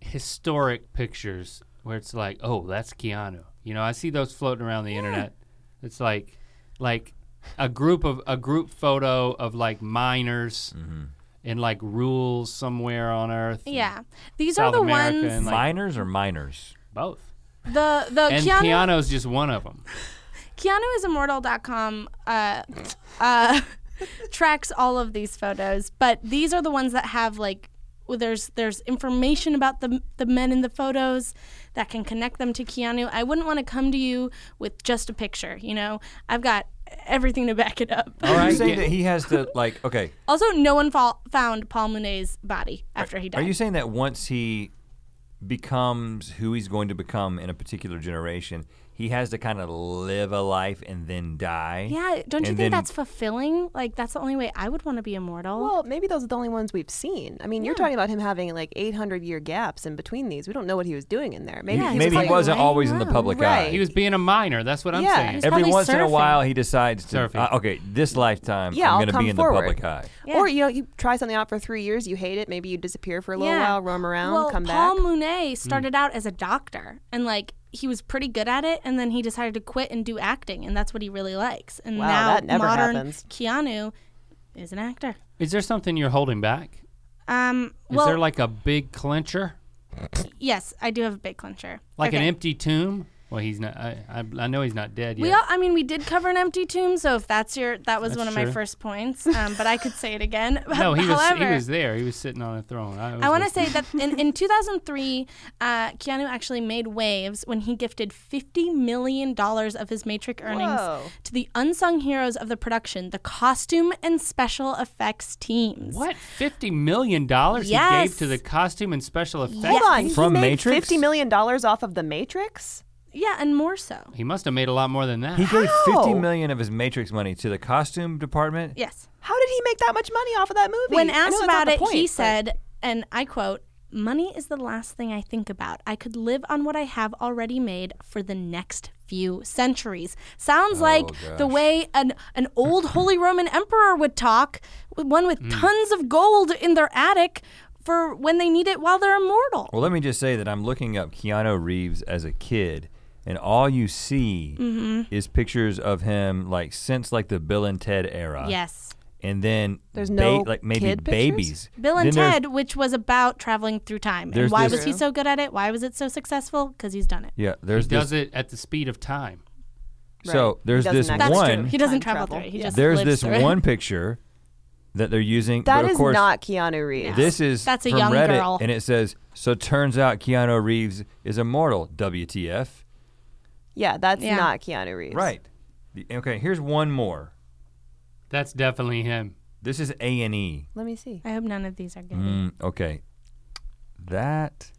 Speaker 2: historic pictures where it's like, oh, that's Keanu? You know, I see those floating around the internet. It's like, like a group of a group photo of like miners and like rules somewhere on Earth. and
Speaker 5: yeah, these
Speaker 2: South
Speaker 5: are the
Speaker 2: America
Speaker 5: ones.
Speaker 2: and like
Speaker 4: minors or minors?
Speaker 2: both.
Speaker 5: the the
Speaker 2: And
Speaker 5: Keanu
Speaker 2: Keanu's just one of them.
Speaker 5: KeanuIsImmortal.com uh, uh, <laughs> tracks all of these photos, but these are the ones that have like well, there's there's information about the the men in the photos that can connect them to Keanu. I wouldn't want to come to you with just a picture, you know. I've got everything to back it
Speaker 4: <laughs>
Speaker 5: up.
Speaker 4: All right. Are you saying
Speaker 2: yeah.
Speaker 4: that he has to like? Okay.
Speaker 5: Also, no one fo- found Paul Moonet's body after he died.
Speaker 4: Are you saying that once he becomes who he's going to become in a particular generation, he has to kind of live a life and then die?
Speaker 5: yeah, don't you
Speaker 4: And
Speaker 5: think
Speaker 4: then-
Speaker 5: that's fulfilling? Like that's the only way I would want to be immortal.
Speaker 3: Well, maybe those are the only ones we've seen. I mean, you're talking about him having like 800 year gaps in between these. We don't know what he was doing in there. Maybe
Speaker 5: Yeah,
Speaker 3: he's
Speaker 5: he's
Speaker 4: Maybe
Speaker 3: just
Speaker 4: he
Speaker 5: like
Speaker 4: wasn't
Speaker 5: laying
Speaker 4: always in the
Speaker 5: around.
Speaker 4: public
Speaker 3: Right.
Speaker 4: eye.
Speaker 2: He was being a miner. That's what I'm
Speaker 3: Yeah.
Speaker 2: saying.
Speaker 5: He was
Speaker 4: Every
Speaker 5: probably
Speaker 4: once in a
Speaker 5: surfing.
Speaker 4: while, he decides to.
Speaker 2: Surfing.
Speaker 4: uh, okay, this lifetime,
Speaker 3: Yeah,
Speaker 4: I'm
Speaker 3: I'll
Speaker 4: going to
Speaker 3: come
Speaker 4: be in
Speaker 3: forward.
Speaker 4: the public eye.
Speaker 5: Yeah.
Speaker 3: Or you know, you try something out for three years, you hate it. Maybe you disappear for a little while, roam around,
Speaker 5: well,
Speaker 3: come
Speaker 5: Paul
Speaker 3: back. Mm.
Speaker 5: Mounet started out as a doctor and like he was pretty good at it and then he decided to quit and do acting and that's what he really likes. And
Speaker 3: Wow,
Speaker 5: now
Speaker 3: that never
Speaker 5: modern
Speaker 3: happens.
Speaker 5: Keanu is an actor.
Speaker 2: Is there something you're holding back?
Speaker 5: Um
Speaker 2: Is
Speaker 5: well
Speaker 2: there like a big clincher?
Speaker 5: yes, I do have a big clincher.
Speaker 2: Like an
Speaker 5: Okay.
Speaker 2: empty tomb? Well, he's not. I, I, I know he's not dead yet.
Speaker 5: We all, I mean, we did cover an empty tomb, so if that's your, that was
Speaker 2: That's
Speaker 5: one of my
Speaker 2: true.
Speaker 5: first points. Um, but I could say it again.
Speaker 2: <laughs>
Speaker 5: <laughs>
Speaker 2: no, he was.
Speaker 5: However,
Speaker 2: He was there. He was sitting on a throne. I, was
Speaker 5: I want to
Speaker 2: listening.
Speaker 5: say that in, in 2003, uh, Keanu actually made waves when he gifted $50 million of his Matrix earnings
Speaker 3: Whoa.
Speaker 5: to the unsung heroes of the production, the costume and special effects teams.
Speaker 2: What fifty million dollars he
Speaker 5: Yes.
Speaker 2: gave to the costume and special effects?
Speaker 3: Hold on,
Speaker 4: From
Speaker 3: he made
Speaker 4: Matrix?
Speaker 3: fifty million dollars off of the Matrix.
Speaker 5: Yeah, and more so.
Speaker 2: He must have made a lot more than that.
Speaker 4: He gave
Speaker 3: How?
Speaker 4: 50 million of his Matrix money to the costume department.
Speaker 5: Yes.
Speaker 3: How did he make that much money off of that movie?
Speaker 5: When
Speaker 3: I know
Speaker 5: asked
Speaker 3: that's not
Speaker 5: about
Speaker 3: the
Speaker 5: it,
Speaker 3: point,
Speaker 5: he
Speaker 3: but-
Speaker 5: said, and I quote, Money is the last thing I think about. I could live on what I have already made for the next few centuries. Sounds like the way an, an old Holy Roman Emperor would talk, one with tons of gold in their attic for when they need it while they're immortal.
Speaker 4: Well, let me just say that I'm looking up Keanu Reeves as a kid, and all you see
Speaker 5: Mm-hmm.
Speaker 4: is pictures of him like since like the Bill and Ted era.
Speaker 5: Yes.
Speaker 4: And then
Speaker 3: There's no
Speaker 4: like maybe
Speaker 3: kid pictures?
Speaker 4: babies.
Speaker 5: Bill and
Speaker 4: Then there's-
Speaker 5: Ted, which was about traveling through time. And
Speaker 4: There's
Speaker 5: why
Speaker 4: this-
Speaker 5: was he so good at it? Why was it so successful? Because he's done it.
Speaker 4: Yeah,
Speaker 2: He
Speaker 4: there's
Speaker 2: does
Speaker 4: this,
Speaker 2: it at the speed of time.
Speaker 4: so
Speaker 3: Right.
Speaker 4: there's
Speaker 3: He doesn't
Speaker 4: this
Speaker 3: actually-
Speaker 5: That's
Speaker 4: one
Speaker 5: true. He doesn't
Speaker 3: Time
Speaker 5: travel
Speaker 3: travel.
Speaker 5: through. He
Speaker 3: Yeah.
Speaker 5: just
Speaker 4: there's
Speaker 5: lives
Speaker 4: this
Speaker 5: through it.
Speaker 4: one picture that they're using.
Speaker 3: That
Speaker 4: but
Speaker 3: is
Speaker 4: of course,
Speaker 3: not Keanu Reeves.
Speaker 4: This is
Speaker 5: That's a
Speaker 4: from
Speaker 5: young
Speaker 4: Reddit,
Speaker 5: girl.
Speaker 4: and it says so. Turns out Keanu Reeves is immortal. WTF?
Speaker 3: Yeah, that's
Speaker 5: Yeah.
Speaker 3: not Keanu Reeves.
Speaker 4: Right. The- okay. Here's one more.
Speaker 2: That's definitely him.
Speaker 4: This is A and E.
Speaker 3: Let me see.
Speaker 5: I hope none of these are good.
Speaker 4: Mm, okay. That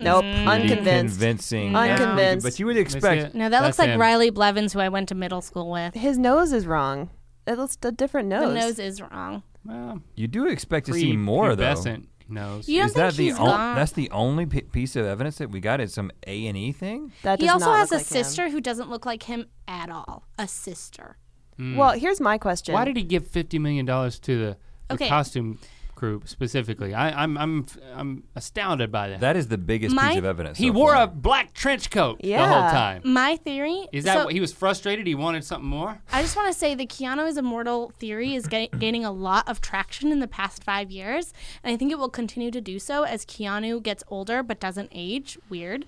Speaker 5: Mm.
Speaker 3: Nope,
Speaker 4: pretty
Speaker 3: unconvinced.
Speaker 4: convincing.
Speaker 3: Unconvinced.
Speaker 4: But you would
Speaker 2: That's
Speaker 4: expect
Speaker 2: it.
Speaker 5: No, that
Speaker 2: That's
Speaker 5: looks like
Speaker 2: him.
Speaker 5: Riley Blevins, who I went to middle school with.
Speaker 3: His nose is wrong. It looks a different nose.
Speaker 5: The nose is wrong.
Speaker 2: Well,
Speaker 4: you do expect to see more though.
Speaker 2: prepubescent nose.
Speaker 5: You don't
Speaker 4: Is
Speaker 5: think
Speaker 4: that the
Speaker 5: he's
Speaker 4: on-
Speaker 5: gone?
Speaker 4: that's the only pi piece of evidence that we got is some A and E thing?
Speaker 3: That
Speaker 5: he
Speaker 3: does
Speaker 5: also
Speaker 3: not
Speaker 5: has
Speaker 3: look
Speaker 5: a
Speaker 3: like him.
Speaker 5: sister who doesn't look like him at all. A sister.
Speaker 3: Well, here's my question.
Speaker 2: Why did he give fifty million dollars to the, the
Speaker 5: Okay.
Speaker 2: costume crew specifically? I, I'm I'm I'm astounded by that.
Speaker 4: That is the biggest
Speaker 5: My-
Speaker 4: piece of evidence.
Speaker 2: he
Speaker 4: so
Speaker 2: wore
Speaker 4: far.
Speaker 2: a black trench coat the whole
Speaker 3: Yeah.
Speaker 2: time.
Speaker 5: My theory
Speaker 2: Is that
Speaker 5: so-
Speaker 2: what he was frustrated? He wanted something more.
Speaker 5: I just want to say the Keanu is immortal theory is ga- gaining a lot of traction in the past five years, and I think it will continue to do so as Keanu gets older but doesn't age. Weird.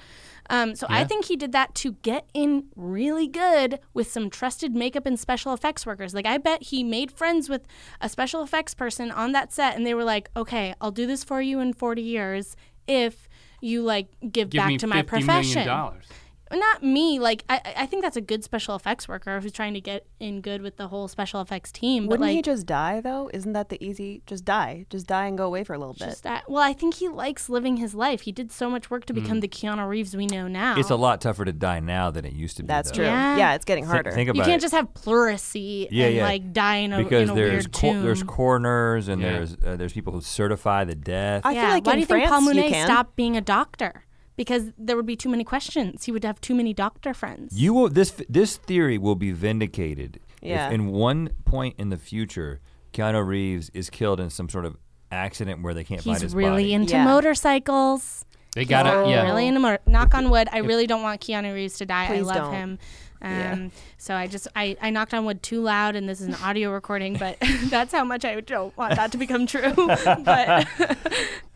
Speaker 5: Um, so I think he did that to get in really good with some trusted makeup and special effects workers. Like I bet he made friends with a special effects person on that set, and they were like, "Okay, I'll do this for you in 40 years if you like give,
Speaker 2: Give
Speaker 5: back
Speaker 2: me
Speaker 5: to my
Speaker 2: fifty
Speaker 5: profession."
Speaker 2: million dollars.
Speaker 5: not me like I, I- I think that's a good special effects worker who's trying to get in good with the whole special effects team but
Speaker 3: Wouldn't
Speaker 5: like
Speaker 3: he just die though? Isn't that the easy? Just die, just die and go away for a little bit.
Speaker 5: just that well i think he likes living his life he did so much work to become the keanu reeves we know now
Speaker 4: Hmm. It's a lot tougher to die now than it used to be.
Speaker 3: That's
Speaker 4: though.
Speaker 3: true.
Speaker 5: Yeah.
Speaker 3: Yeah. it's getting
Speaker 4: Think-
Speaker 3: harder.
Speaker 4: Think
Speaker 5: you
Speaker 4: about
Speaker 5: can't
Speaker 4: it.
Speaker 5: just have pleurisy
Speaker 4: Yeah,
Speaker 5: and
Speaker 4: yeah.
Speaker 5: like die in a, in
Speaker 4: because
Speaker 5: a
Speaker 4: there's
Speaker 5: weird
Speaker 4: cor-
Speaker 5: tomb
Speaker 4: there's coroners and
Speaker 2: Yeah.
Speaker 4: there's uh, there's people who certify the death.
Speaker 3: I
Speaker 5: yeah
Speaker 3: feel like
Speaker 5: why
Speaker 3: in
Speaker 5: do you
Speaker 3: France
Speaker 5: think paul
Speaker 3: you can.
Speaker 5: stopped being a doctor because there would be too many questions he would have too many doctor friends
Speaker 4: You will this this theory will be vindicated
Speaker 3: Yeah.
Speaker 4: if in one point in the future Keanu Reeves is killed in some sort of accident where they can't find
Speaker 5: he's
Speaker 4: his
Speaker 5: really
Speaker 4: body.
Speaker 5: into
Speaker 3: Yeah.
Speaker 5: motorcycles
Speaker 2: They got
Speaker 5: I'm
Speaker 2: it. Yeah.
Speaker 5: Oh, Really into motor- knock on wood. I really don't want Keanu Reeves to die. I
Speaker 3: Please
Speaker 5: love
Speaker 3: don't.
Speaker 5: him. Um, So I just I, I knocked on wood too loud, and this is an audio recording,
Speaker 3: <laughs>
Speaker 5: but <laughs> that's how much I don't want that to become true. but <laughs>
Speaker 2: That-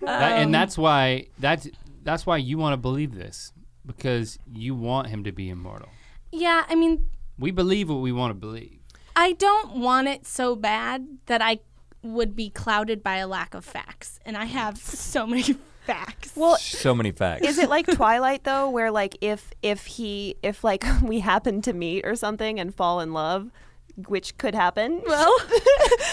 Speaker 5: Um,
Speaker 2: and that's why that's that's why you want to believe this because you want him to be immortal.
Speaker 5: yeah, I mean,
Speaker 2: We believe what we want to believe.
Speaker 5: I don't want it so bad that I would be clouded by a lack of facts, and I have so many <laughs> facts.
Speaker 3: well,
Speaker 4: So many facts.
Speaker 3: is it like Twilight though, where like if if he if like <laughs> we happen to meet or something and fall in love, which could happen. <laughs> Well,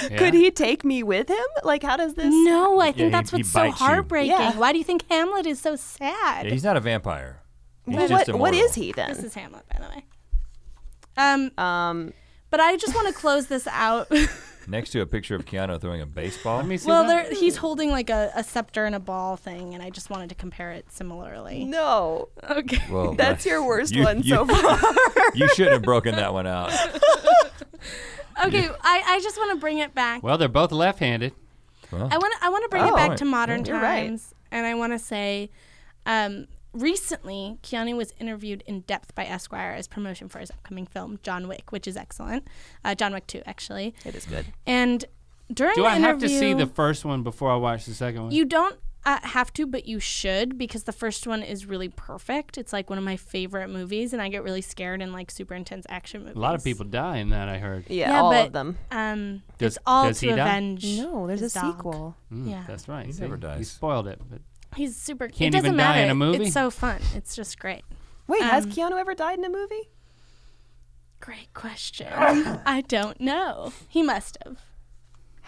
Speaker 2: Yeah.
Speaker 3: could he take me with him? Like, how does this?
Speaker 5: <laughs> no, I think
Speaker 4: Yeah, he-
Speaker 5: that's
Speaker 4: he
Speaker 5: what's so
Speaker 4: bites you.
Speaker 5: heartbreaking.
Speaker 3: Yeah.
Speaker 5: Why do you think Hamlet is so sad?
Speaker 4: Yeah, he's not a vampire. He's
Speaker 3: Well,
Speaker 4: just
Speaker 3: what what
Speaker 4: immortal.
Speaker 3: is he then?
Speaker 5: This is Hamlet, by the way. Um,
Speaker 3: um,
Speaker 5: But I just want to close this
Speaker 3: <laughs>
Speaker 5: out. <laughs>
Speaker 4: Next to a picture of Keanu throwing a baseball.
Speaker 2: Let me see
Speaker 5: well,
Speaker 2: that.
Speaker 5: there, he's holding like a, a scepter and a ball thing, and I just wanted to compare it similarly.
Speaker 3: no,
Speaker 5: Okay.
Speaker 4: <laughs> Well,
Speaker 3: that's your worst
Speaker 4: You-
Speaker 3: one
Speaker 4: you-
Speaker 3: so far.
Speaker 4: <laughs> you shouldn't have broken that one out.
Speaker 5: Okay. I, I just want to bring it back.
Speaker 2: Well, they're both left-handed.
Speaker 4: Well,
Speaker 5: I want to I want to bring
Speaker 4: Oh.
Speaker 5: it back
Speaker 4: Right.
Speaker 5: to modern
Speaker 3: You're right.
Speaker 5: times, and I want to say, um, recently Keanu was interviewed in depth by Esquire as promotion for his upcoming film John Wick, which is excellent. Uh, John Wick Two, actually.
Speaker 3: it is good.
Speaker 5: And during
Speaker 2: Do
Speaker 5: the
Speaker 2: I have to see
Speaker 5: interview-
Speaker 2: the first one before I watch the second one?
Speaker 5: You don't uh, have to, but you should because the first one is really perfect. It's like one of my favorite movies, and I get really scared in like super intense action movies.
Speaker 2: a lot of people die in that. I heard.
Speaker 5: <laughs>
Speaker 3: Yeah,
Speaker 5: Yeah,
Speaker 3: all
Speaker 5: but-
Speaker 3: of them.
Speaker 5: Um,
Speaker 2: Does-
Speaker 5: it's all
Speaker 2: does
Speaker 5: to
Speaker 2: he die?
Speaker 5: avenge.
Speaker 3: No, there's a
Speaker 5: his dog.
Speaker 3: sequel.
Speaker 2: Mm,
Speaker 5: yeah.
Speaker 2: That's right.
Speaker 4: He
Speaker 2: See,
Speaker 4: never
Speaker 2: He
Speaker 4: dies.
Speaker 2: spoiled it, but
Speaker 5: He's super.
Speaker 2: Can't
Speaker 5: it doesn't
Speaker 2: even die
Speaker 5: matter.
Speaker 2: in a movie?
Speaker 5: It's so fun. It's just great.
Speaker 3: Wait, has
Speaker 5: Um,
Speaker 3: Keanu ever died in a movie?
Speaker 5: Great question. <laughs> I don't know. He must have.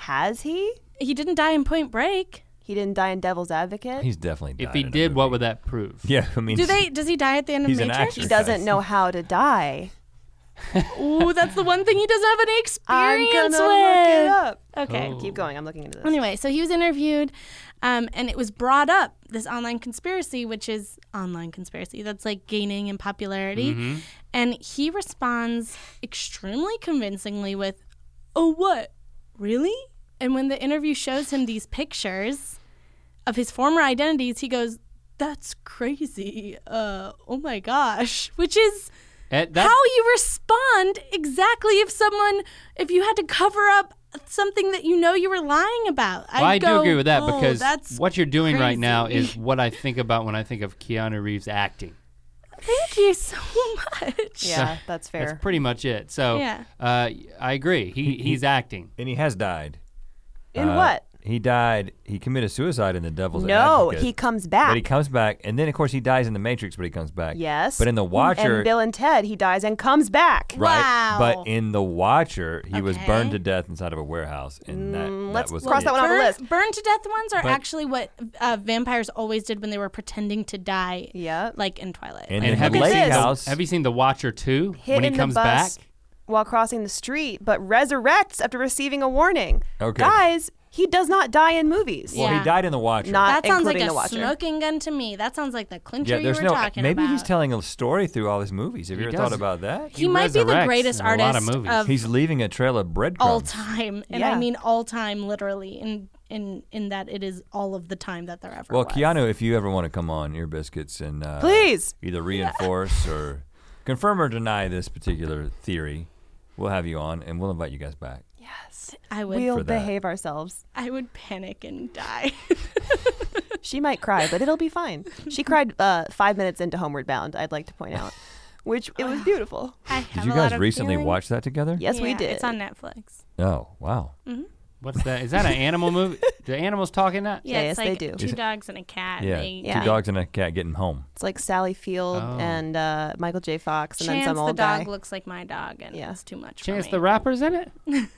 Speaker 3: Has he?
Speaker 5: He didn't die in Point Break.
Speaker 3: He didn't die in Devil's Advocate.
Speaker 4: he's definitely.
Speaker 2: if
Speaker 4: died
Speaker 2: he
Speaker 4: in a
Speaker 2: did,
Speaker 4: movie. <laughs>
Speaker 2: what would that prove?
Speaker 4: Yeah, I mean,
Speaker 5: Do they? Does he die at the end of
Speaker 4: He's an
Speaker 5: Matrix?
Speaker 4: actor.
Speaker 3: he doesn't know how to die.
Speaker 5: Ooh, that's the one thing he doesn't have any
Speaker 3: I'm
Speaker 5: experience
Speaker 3: gonna
Speaker 5: with.
Speaker 3: look it up.
Speaker 5: Okay.
Speaker 2: Oh.
Speaker 3: Keep going. I'm looking into this.
Speaker 5: Anyway, so he was interviewed, um, and it was brought up this online conspiracy, which is online conspiracy that's like gaining in popularity. And he responds extremely convincingly with, Oh, what? Really? And when the interview shows him these pictures of his former identities, he goes, That's crazy. Uh, oh my gosh. Which is
Speaker 2: At Eh, that,
Speaker 5: how you respond exactly if someone if you had to cover up something that you know you were lying about.
Speaker 2: well, I do
Speaker 5: go,
Speaker 2: agree with that
Speaker 5: "Oh,
Speaker 2: because
Speaker 5: that's
Speaker 2: what you're doing right now
Speaker 5: crazy."
Speaker 2: is what I think about when I think of Keanu Reeves acting.
Speaker 5: thank you <laughs> so much.
Speaker 3: yeah,
Speaker 4: <laughs>
Speaker 3: that's fair.
Speaker 2: That's pretty much it. So
Speaker 5: Yeah.
Speaker 2: uh, I agree. He, he's acting.
Speaker 4: And he has died.
Speaker 3: in
Speaker 4: Uh,
Speaker 3: what?
Speaker 4: He died. He committed suicide in The Devil's
Speaker 3: No,
Speaker 4: Advocate.
Speaker 3: he comes back.
Speaker 4: But he comes back, and then of course he dies in The Matrix, but he comes back.
Speaker 3: Yes.
Speaker 4: But in The Watcher,
Speaker 3: and Bill and Ted, he dies and comes back.
Speaker 4: right?
Speaker 5: Wow.
Speaker 4: But in The Watcher, he was
Speaker 5: Okay. Mm,
Speaker 4: burned to death inside of a warehouse, and that, that
Speaker 3: let's
Speaker 4: was
Speaker 3: cross
Speaker 4: it.
Speaker 3: that one off the
Speaker 5: Burn-
Speaker 3: list.
Speaker 5: Burn to death ones are
Speaker 4: But-
Speaker 5: actually what uh, vampires always did when they were pretending to die.
Speaker 3: Yeah.
Speaker 5: Like in Twilight.
Speaker 4: And,
Speaker 2: And
Speaker 4: in
Speaker 2: have
Speaker 4: The
Speaker 2: you,
Speaker 3: Look at
Speaker 4: Lake
Speaker 2: seen
Speaker 3: this.
Speaker 4: House,
Speaker 2: the, have you seen The Watcher 2
Speaker 3: Hit
Speaker 2: when he
Speaker 3: in
Speaker 2: comes
Speaker 3: the
Speaker 2: back?
Speaker 3: bus while crossing the street, but resurrects after receiving a warning.
Speaker 4: Okay.
Speaker 3: Guys, He does not die in movies.
Speaker 5: Yeah.
Speaker 4: Well, he died in the Watcher.
Speaker 3: Not-
Speaker 5: That sounds like
Speaker 3: including
Speaker 5: a
Speaker 3: The Watcher.
Speaker 5: smoking gun to me. That sounds like the clincher
Speaker 4: yeah, there's
Speaker 5: you were
Speaker 4: no.
Speaker 2: uh,
Speaker 5: talking
Speaker 4: Maybe
Speaker 5: about.
Speaker 4: he's telling a story through all his movies. Have you
Speaker 2: He
Speaker 4: ever
Speaker 2: does.
Speaker 4: thought about that?
Speaker 5: He might be the
Speaker 2: resurrects
Speaker 5: greatest
Speaker 2: in a lot of
Speaker 5: artist
Speaker 2: movies.
Speaker 5: of-
Speaker 4: He's leaving a trail of breadcrumbs.
Speaker 5: all time, and I
Speaker 3: Yeah.
Speaker 5: mean all time, literally. In in in that it is all of the time that there ever
Speaker 4: Well,
Speaker 5: was.
Speaker 4: Keanu, if you ever want to come on Ear Biscuits and uh,
Speaker 3: Please.
Speaker 4: either reinforce or confirm or deny this particular theory, we'll have you on and we'll invite you guys back.
Speaker 3: Yes.
Speaker 5: I would
Speaker 3: We'll
Speaker 4: For that.
Speaker 3: behave ourselves.
Speaker 5: I would panic and die. <laughs>
Speaker 3: She might cry, but it'll be fine. She cried uh, five minutes into Homeward Bound, I'd like to point out, which it was beautiful.
Speaker 5: <sighs> I
Speaker 4: Did
Speaker 5: have
Speaker 4: you
Speaker 5: a
Speaker 4: guys
Speaker 5: lot of
Speaker 4: recently
Speaker 5: feeling.
Speaker 4: watch that together?
Speaker 3: Yes, we
Speaker 5: Yeah,
Speaker 3: did.
Speaker 5: It's on Netflix.
Speaker 4: Oh, wow.
Speaker 2: What's that? Is that an
Speaker 5: <laughs>
Speaker 2: animal movie? Do animals talk in that?
Speaker 5: Yeah, it's
Speaker 3: Yes,
Speaker 5: like
Speaker 3: they do.
Speaker 5: two
Speaker 4: Is it-
Speaker 5: dogs and a cat.
Speaker 4: Yeah,
Speaker 5: and they
Speaker 4: two dogs and a cat getting home.
Speaker 3: It's like Sally Field
Speaker 2: Oh.
Speaker 3: and uh, Michael J. Fox, and
Speaker 5: Chance
Speaker 3: then some
Speaker 5: the
Speaker 3: old
Speaker 5: dog
Speaker 3: guy.
Speaker 5: looks like my dog, and
Speaker 3: Yeah.
Speaker 5: it's too much
Speaker 2: Chance
Speaker 5: for
Speaker 2: the
Speaker 5: me.
Speaker 2: Rapper's in it?
Speaker 5: <laughs> no.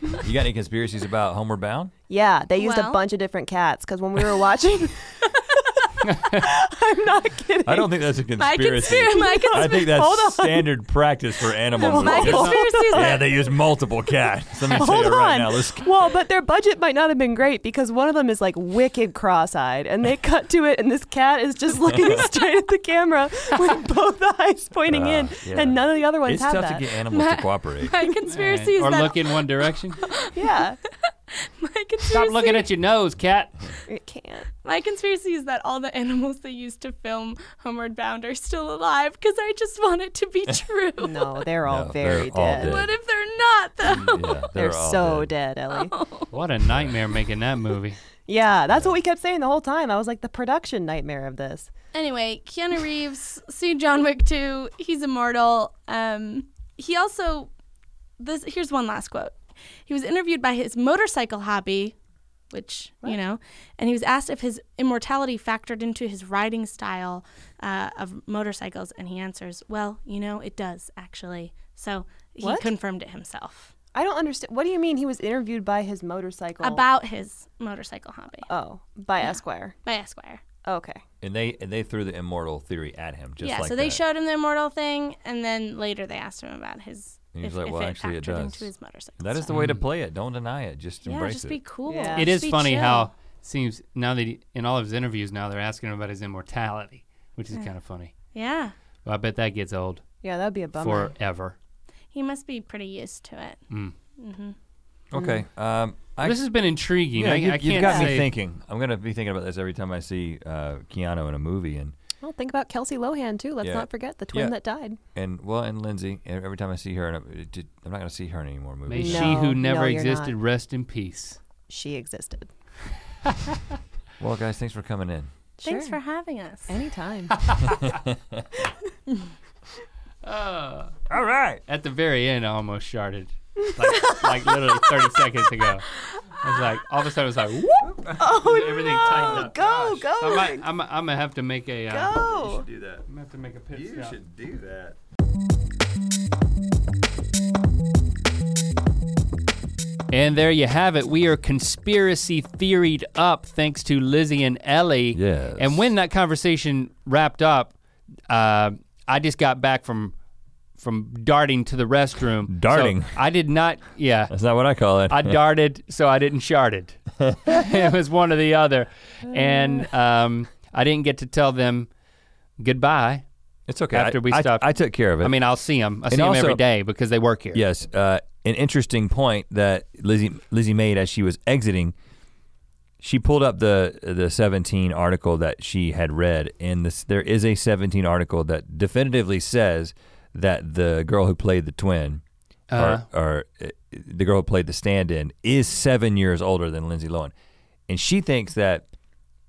Speaker 4: You got any conspiracies about Homeward Bound?
Speaker 3: Yeah, they used
Speaker 5: Well-
Speaker 3: a bunch of different cats because when we were watching, <laughs> I'm not kidding.
Speaker 4: I don't think that's a
Speaker 5: My
Speaker 4: conspiracy.
Speaker 5: conspiracy. My
Speaker 4: I
Speaker 5: conspiracy.
Speaker 4: think
Speaker 3: Hold on.
Speaker 4: that's standard practice for animal <laughs>
Speaker 5: My
Speaker 3: My
Speaker 5: <laughs>
Speaker 4: movies.
Speaker 5: conspiracy is
Speaker 4: Yeah,
Speaker 5: that
Speaker 4: they use multiple cats. Let me tell
Speaker 3: Hold
Speaker 4: you right
Speaker 3: on.
Speaker 4: now. Let's
Speaker 3: well, but their budget might not have been great because one of them is like wicked cross-eyed, and they cut to it, and this cat is just looking straight at the camera with both eyes pointing in,
Speaker 4: Ah, yeah.
Speaker 3: and none of the other ones
Speaker 4: It's
Speaker 3: have
Speaker 4: tough
Speaker 3: that.
Speaker 4: to get animals
Speaker 5: My-
Speaker 4: to cooperate.
Speaker 5: my conspiracy is
Speaker 2: or
Speaker 5: that
Speaker 2: look in
Speaker 5: <laughs>
Speaker 2: one direction.
Speaker 3: yeah,
Speaker 5: my conspiracy.
Speaker 2: Stop looking at your
Speaker 5: <laughs>
Speaker 2: nose, cat.
Speaker 3: it can't.
Speaker 5: My conspiracy is that all the animals they used to film Homeward Bound are still alive because I just want it to be
Speaker 3: <laughs>
Speaker 5: true.
Speaker 3: No, they're all
Speaker 4: No, they're
Speaker 3: very
Speaker 4: all
Speaker 3: dead.
Speaker 4: dead.
Speaker 5: What if they're not, <laughs> though?
Speaker 4: Yeah,
Speaker 3: They're,
Speaker 4: all
Speaker 3: so dead, Ellie.
Speaker 2: What a nightmare making that movie.
Speaker 3: Yeah, that's what we kept saying the whole time. I was like, the production nightmare of this.
Speaker 5: Anyway, Keanu Reeves, see John Wick 2. He's immortal. Um, he also, this here's one last quote. He was interviewed by his motorcycle hobby, which, you know, and he was asked if his immortality factored into his riding style uh, of motorcycles, and he answers, well, you know, it does, actually. So he
Speaker 3: What?
Speaker 5: confirmed it himself.
Speaker 3: I don't understand. What do you mean he was interviewed by his motorcycle?
Speaker 5: about his motorcycle hobby
Speaker 3: oh, by Esquire.
Speaker 5: by Esquire.
Speaker 3: Okay.
Speaker 4: And they and they threw the immortal theory at him, just
Speaker 5: yeah,
Speaker 4: like
Speaker 5: so they
Speaker 4: that.
Speaker 5: showed him the immortal thing, and then later they asked him about his.
Speaker 4: And he was
Speaker 5: if,
Speaker 4: like,
Speaker 5: if
Speaker 4: "Well,
Speaker 5: it
Speaker 4: actually, it
Speaker 5: factored
Speaker 4: does."
Speaker 5: into his motorcycle.
Speaker 4: That is the
Speaker 5: stuff.
Speaker 4: way to play it. Don't deny it. Just
Speaker 5: yeah,
Speaker 4: embrace
Speaker 5: just
Speaker 4: it.
Speaker 5: be cool.
Speaker 3: Yeah.
Speaker 2: It
Speaker 5: Just
Speaker 2: is
Speaker 5: be
Speaker 2: funny
Speaker 5: chill.
Speaker 2: how seems now that he, in all of his interviews now they're asking him about his immortality, which is kind of funny.
Speaker 5: Yeah,
Speaker 2: Well, I bet that gets old
Speaker 3: Yeah, that'd be a bummer.
Speaker 2: forever.
Speaker 5: he must be pretty used to it.
Speaker 2: Mm.
Speaker 4: okay. Um, I,
Speaker 2: this has been intriguing.
Speaker 4: yeah,
Speaker 2: I,
Speaker 4: you,
Speaker 2: I
Speaker 4: have
Speaker 2: can't
Speaker 4: got
Speaker 2: say,
Speaker 4: me thinking. I'm gonna be thinking about this every time I see uh, Keanu in a movie, and
Speaker 3: well, Oh, think about Kelsey Lohan too. Let's
Speaker 4: Yeah.
Speaker 3: not forget the twin
Speaker 4: Yeah.
Speaker 3: that died.
Speaker 4: and well, and Lindsay. and Every time I see her, in a, it did- I'm not gonna see her in any more
Speaker 2: May
Speaker 4: movies.
Speaker 3: No,
Speaker 2: she who
Speaker 3: no,
Speaker 2: never
Speaker 3: you're
Speaker 2: existed
Speaker 3: not.
Speaker 2: rest in peace.
Speaker 3: She existed.
Speaker 4: Well, guys, thanks for coming in.
Speaker 5: Thanks for
Speaker 3: sure.
Speaker 5: having us.
Speaker 3: anytime.
Speaker 4: All right.
Speaker 2: At the very end, I almost sharded, like, like literally 30 seconds ago. I was like, all of a sudden, it was like, whoop,
Speaker 3: oh
Speaker 2: everything
Speaker 3: no!
Speaker 2: tightened up.
Speaker 3: <laughs> Go, go,
Speaker 4: <laughs>
Speaker 2: I might, I'm, I'm gonna have to make a, uh, I'm
Speaker 3: go!
Speaker 4: do that.
Speaker 2: gonna have to make a pit stop.
Speaker 4: do that.
Speaker 2: And there you have it. We are conspiracy theoried up thanks to Lizzie and Ellie.
Speaker 4: Yes.
Speaker 2: And when that conversation wrapped up, uh, I just got back from from darting to the restroom. So
Speaker 4: Darting.
Speaker 2: I did not. Yeah.
Speaker 4: That's not what I call it. <laughs>
Speaker 2: I darted, so I didn't shard it. it was one or the other, and um, I didn't get to tell them goodbye.
Speaker 4: it's okay.
Speaker 2: After
Speaker 4: I-
Speaker 2: we
Speaker 4: I,
Speaker 2: stopped.
Speaker 4: I took care of it.
Speaker 2: I mean, I'll see them. I see them
Speaker 4: also-
Speaker 2: every day because they work here.
Speaker 4: Yes, uh, an interesting point that Lizzie Lizzie made as she was exiting. She pulled up the the 17 article that she had read, and this, there is a 17 article that definitively says that the girl who played the twin,
Speaker 2: Uh-huh.
Speaker 4: or, or uh, the girl who played the stand-in, is seven years older than Lindsay Lohan, and she thinks that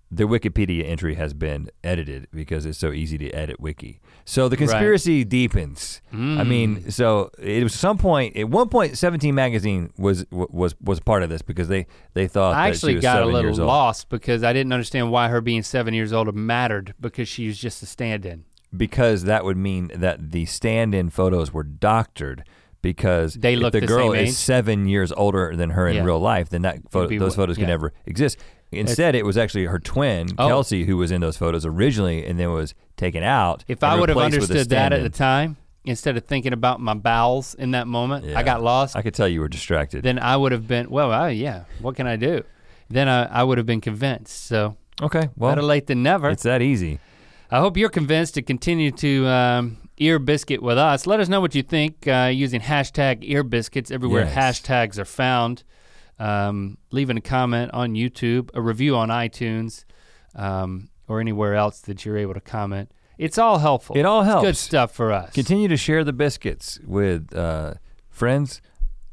Speaker 4: the Wikipedia entry has been edited because it's so easy to edit wiki. So the conspiracy deepens. I
Speaker 2: Hmm.
Speaker 4: mean, so it was some point at one point 17 magazine was was was part of this because they they thought that she
Speaker 2: I actually
Speaker 4: was
Speaker 2: got a
Speaker 4: seven
Speaker 2: little
Speaker 4: years old.
Speaker 2: lost because I didn't understand why her being seven years old mattered because she was just a stand-in.
Speaker 4: because that would mean that the stand-in photos were doctored because
Speaker 2: They
Speaker 4: if
Speaker 2: look
Speaker 4: the
Speaker 2: the
Speaker 4: girl
Speaker 2: same
Speaker 4: is
Speaker 2: age?
Speaker 4: 7 years older than her in
Speaker 2: Yeah.
Speaker 4: real life then that photo,
Speaker 2: be
Speaker 4: those
Speaker 2: wh-
Speaker 4: photos could
Speaker 2: yeah.
Speaker 4: never exist. Instead it was actually her twin
Speaker 2: Oh.
Speaker 4: Kelsey who was in those photos originally and then was taken out
Speaker 2: If
Speaker 4: and
Speaker 2: I would have
Speaker 4: replaced with a
Speaker 2: understood that at the
Speaker 4: stand-in.
Speaker 2: time, instead of thinking about my bowels in that moment,
Speaker 4: Yeah.
Speaker 2: I got lost.
Speaker 4: I could tell you were distracted.
Speaker 2: then I would have been well. I, yeah, what can I do? Then I, I would have been convinced. So
Speaker 4: okay,
Speaker 2: better
Speaker 4: well,
Speaker 2: late than never.
Speaker 4: it's that easy.
Speaker 2: I hope you're convinced to continue to um, ear biscuit with us. Let us know what you think uh, using hashtag ear biscuits everywhere
Speaker 4: Yes.
Speaker 2: hashtags are found. Um, leaving a comment on YouTube, a review on iTunes, um, or anywhere else that you're able to comment. It's all helpful.
Speaker 4: It all
Speaker 2: It's good
Speaker 4: helps.
Speaker 2: stuff for us.
Speaker 4: Continue to share the biscuits with uh, friends,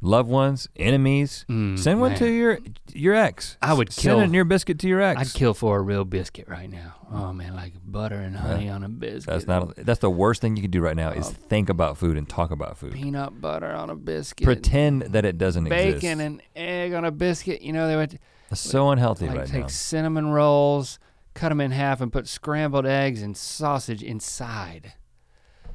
Speaker 4: loved ones, enemies.
Speaker 2: Mm,
Speaker 4: Send one to
Speaker 2: man.
Speaker 4: your your ex.
Speaker 2: I would
Speaker 4: Send
Speaker 2: kill-
Speaker 4: a near biscuit to your ex.
Speaker 2: I'd kill for a real biscuit right now. Oh man, like butter and honey on a biscuit.
Speaker 4: That's not. That's the worst thing you can do right now
Speaker 2: Um,
Speaker 4: is think about food and talk about food.
Speaker 2: peanut butter on a biscuit.
Speaker 4: Pretend that it doesn't
Speaker 2: bacon
Speaker 4: exist.
Speaker 2: and egg on a biscuit. You know they would
Speaker 4: That's so unhealthy
Speaker 2: like
Speaker 4: right
Speaker 2: take
Speaker 4: now.
Speaker 2: cinnamon rolls, cut them in half, and put scrambled eggs and sausage inside.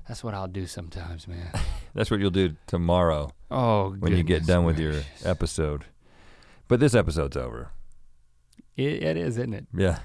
Speaker 2: That's what I'll do sometimes,
Speaker 4: <laughs>
Speaker 2: man.
Speaker 4: That's what you'll do tomorrow
Speaker 2: Oh,
Speaker 4: when you get
Speaker 2: goodness
Speaker 4: done with your
Speaker 2: gracious.
Speaker 4: episode. But this episode's over.
Speaker 2: It- it is, isn't it?
Speaker 4: Yeah.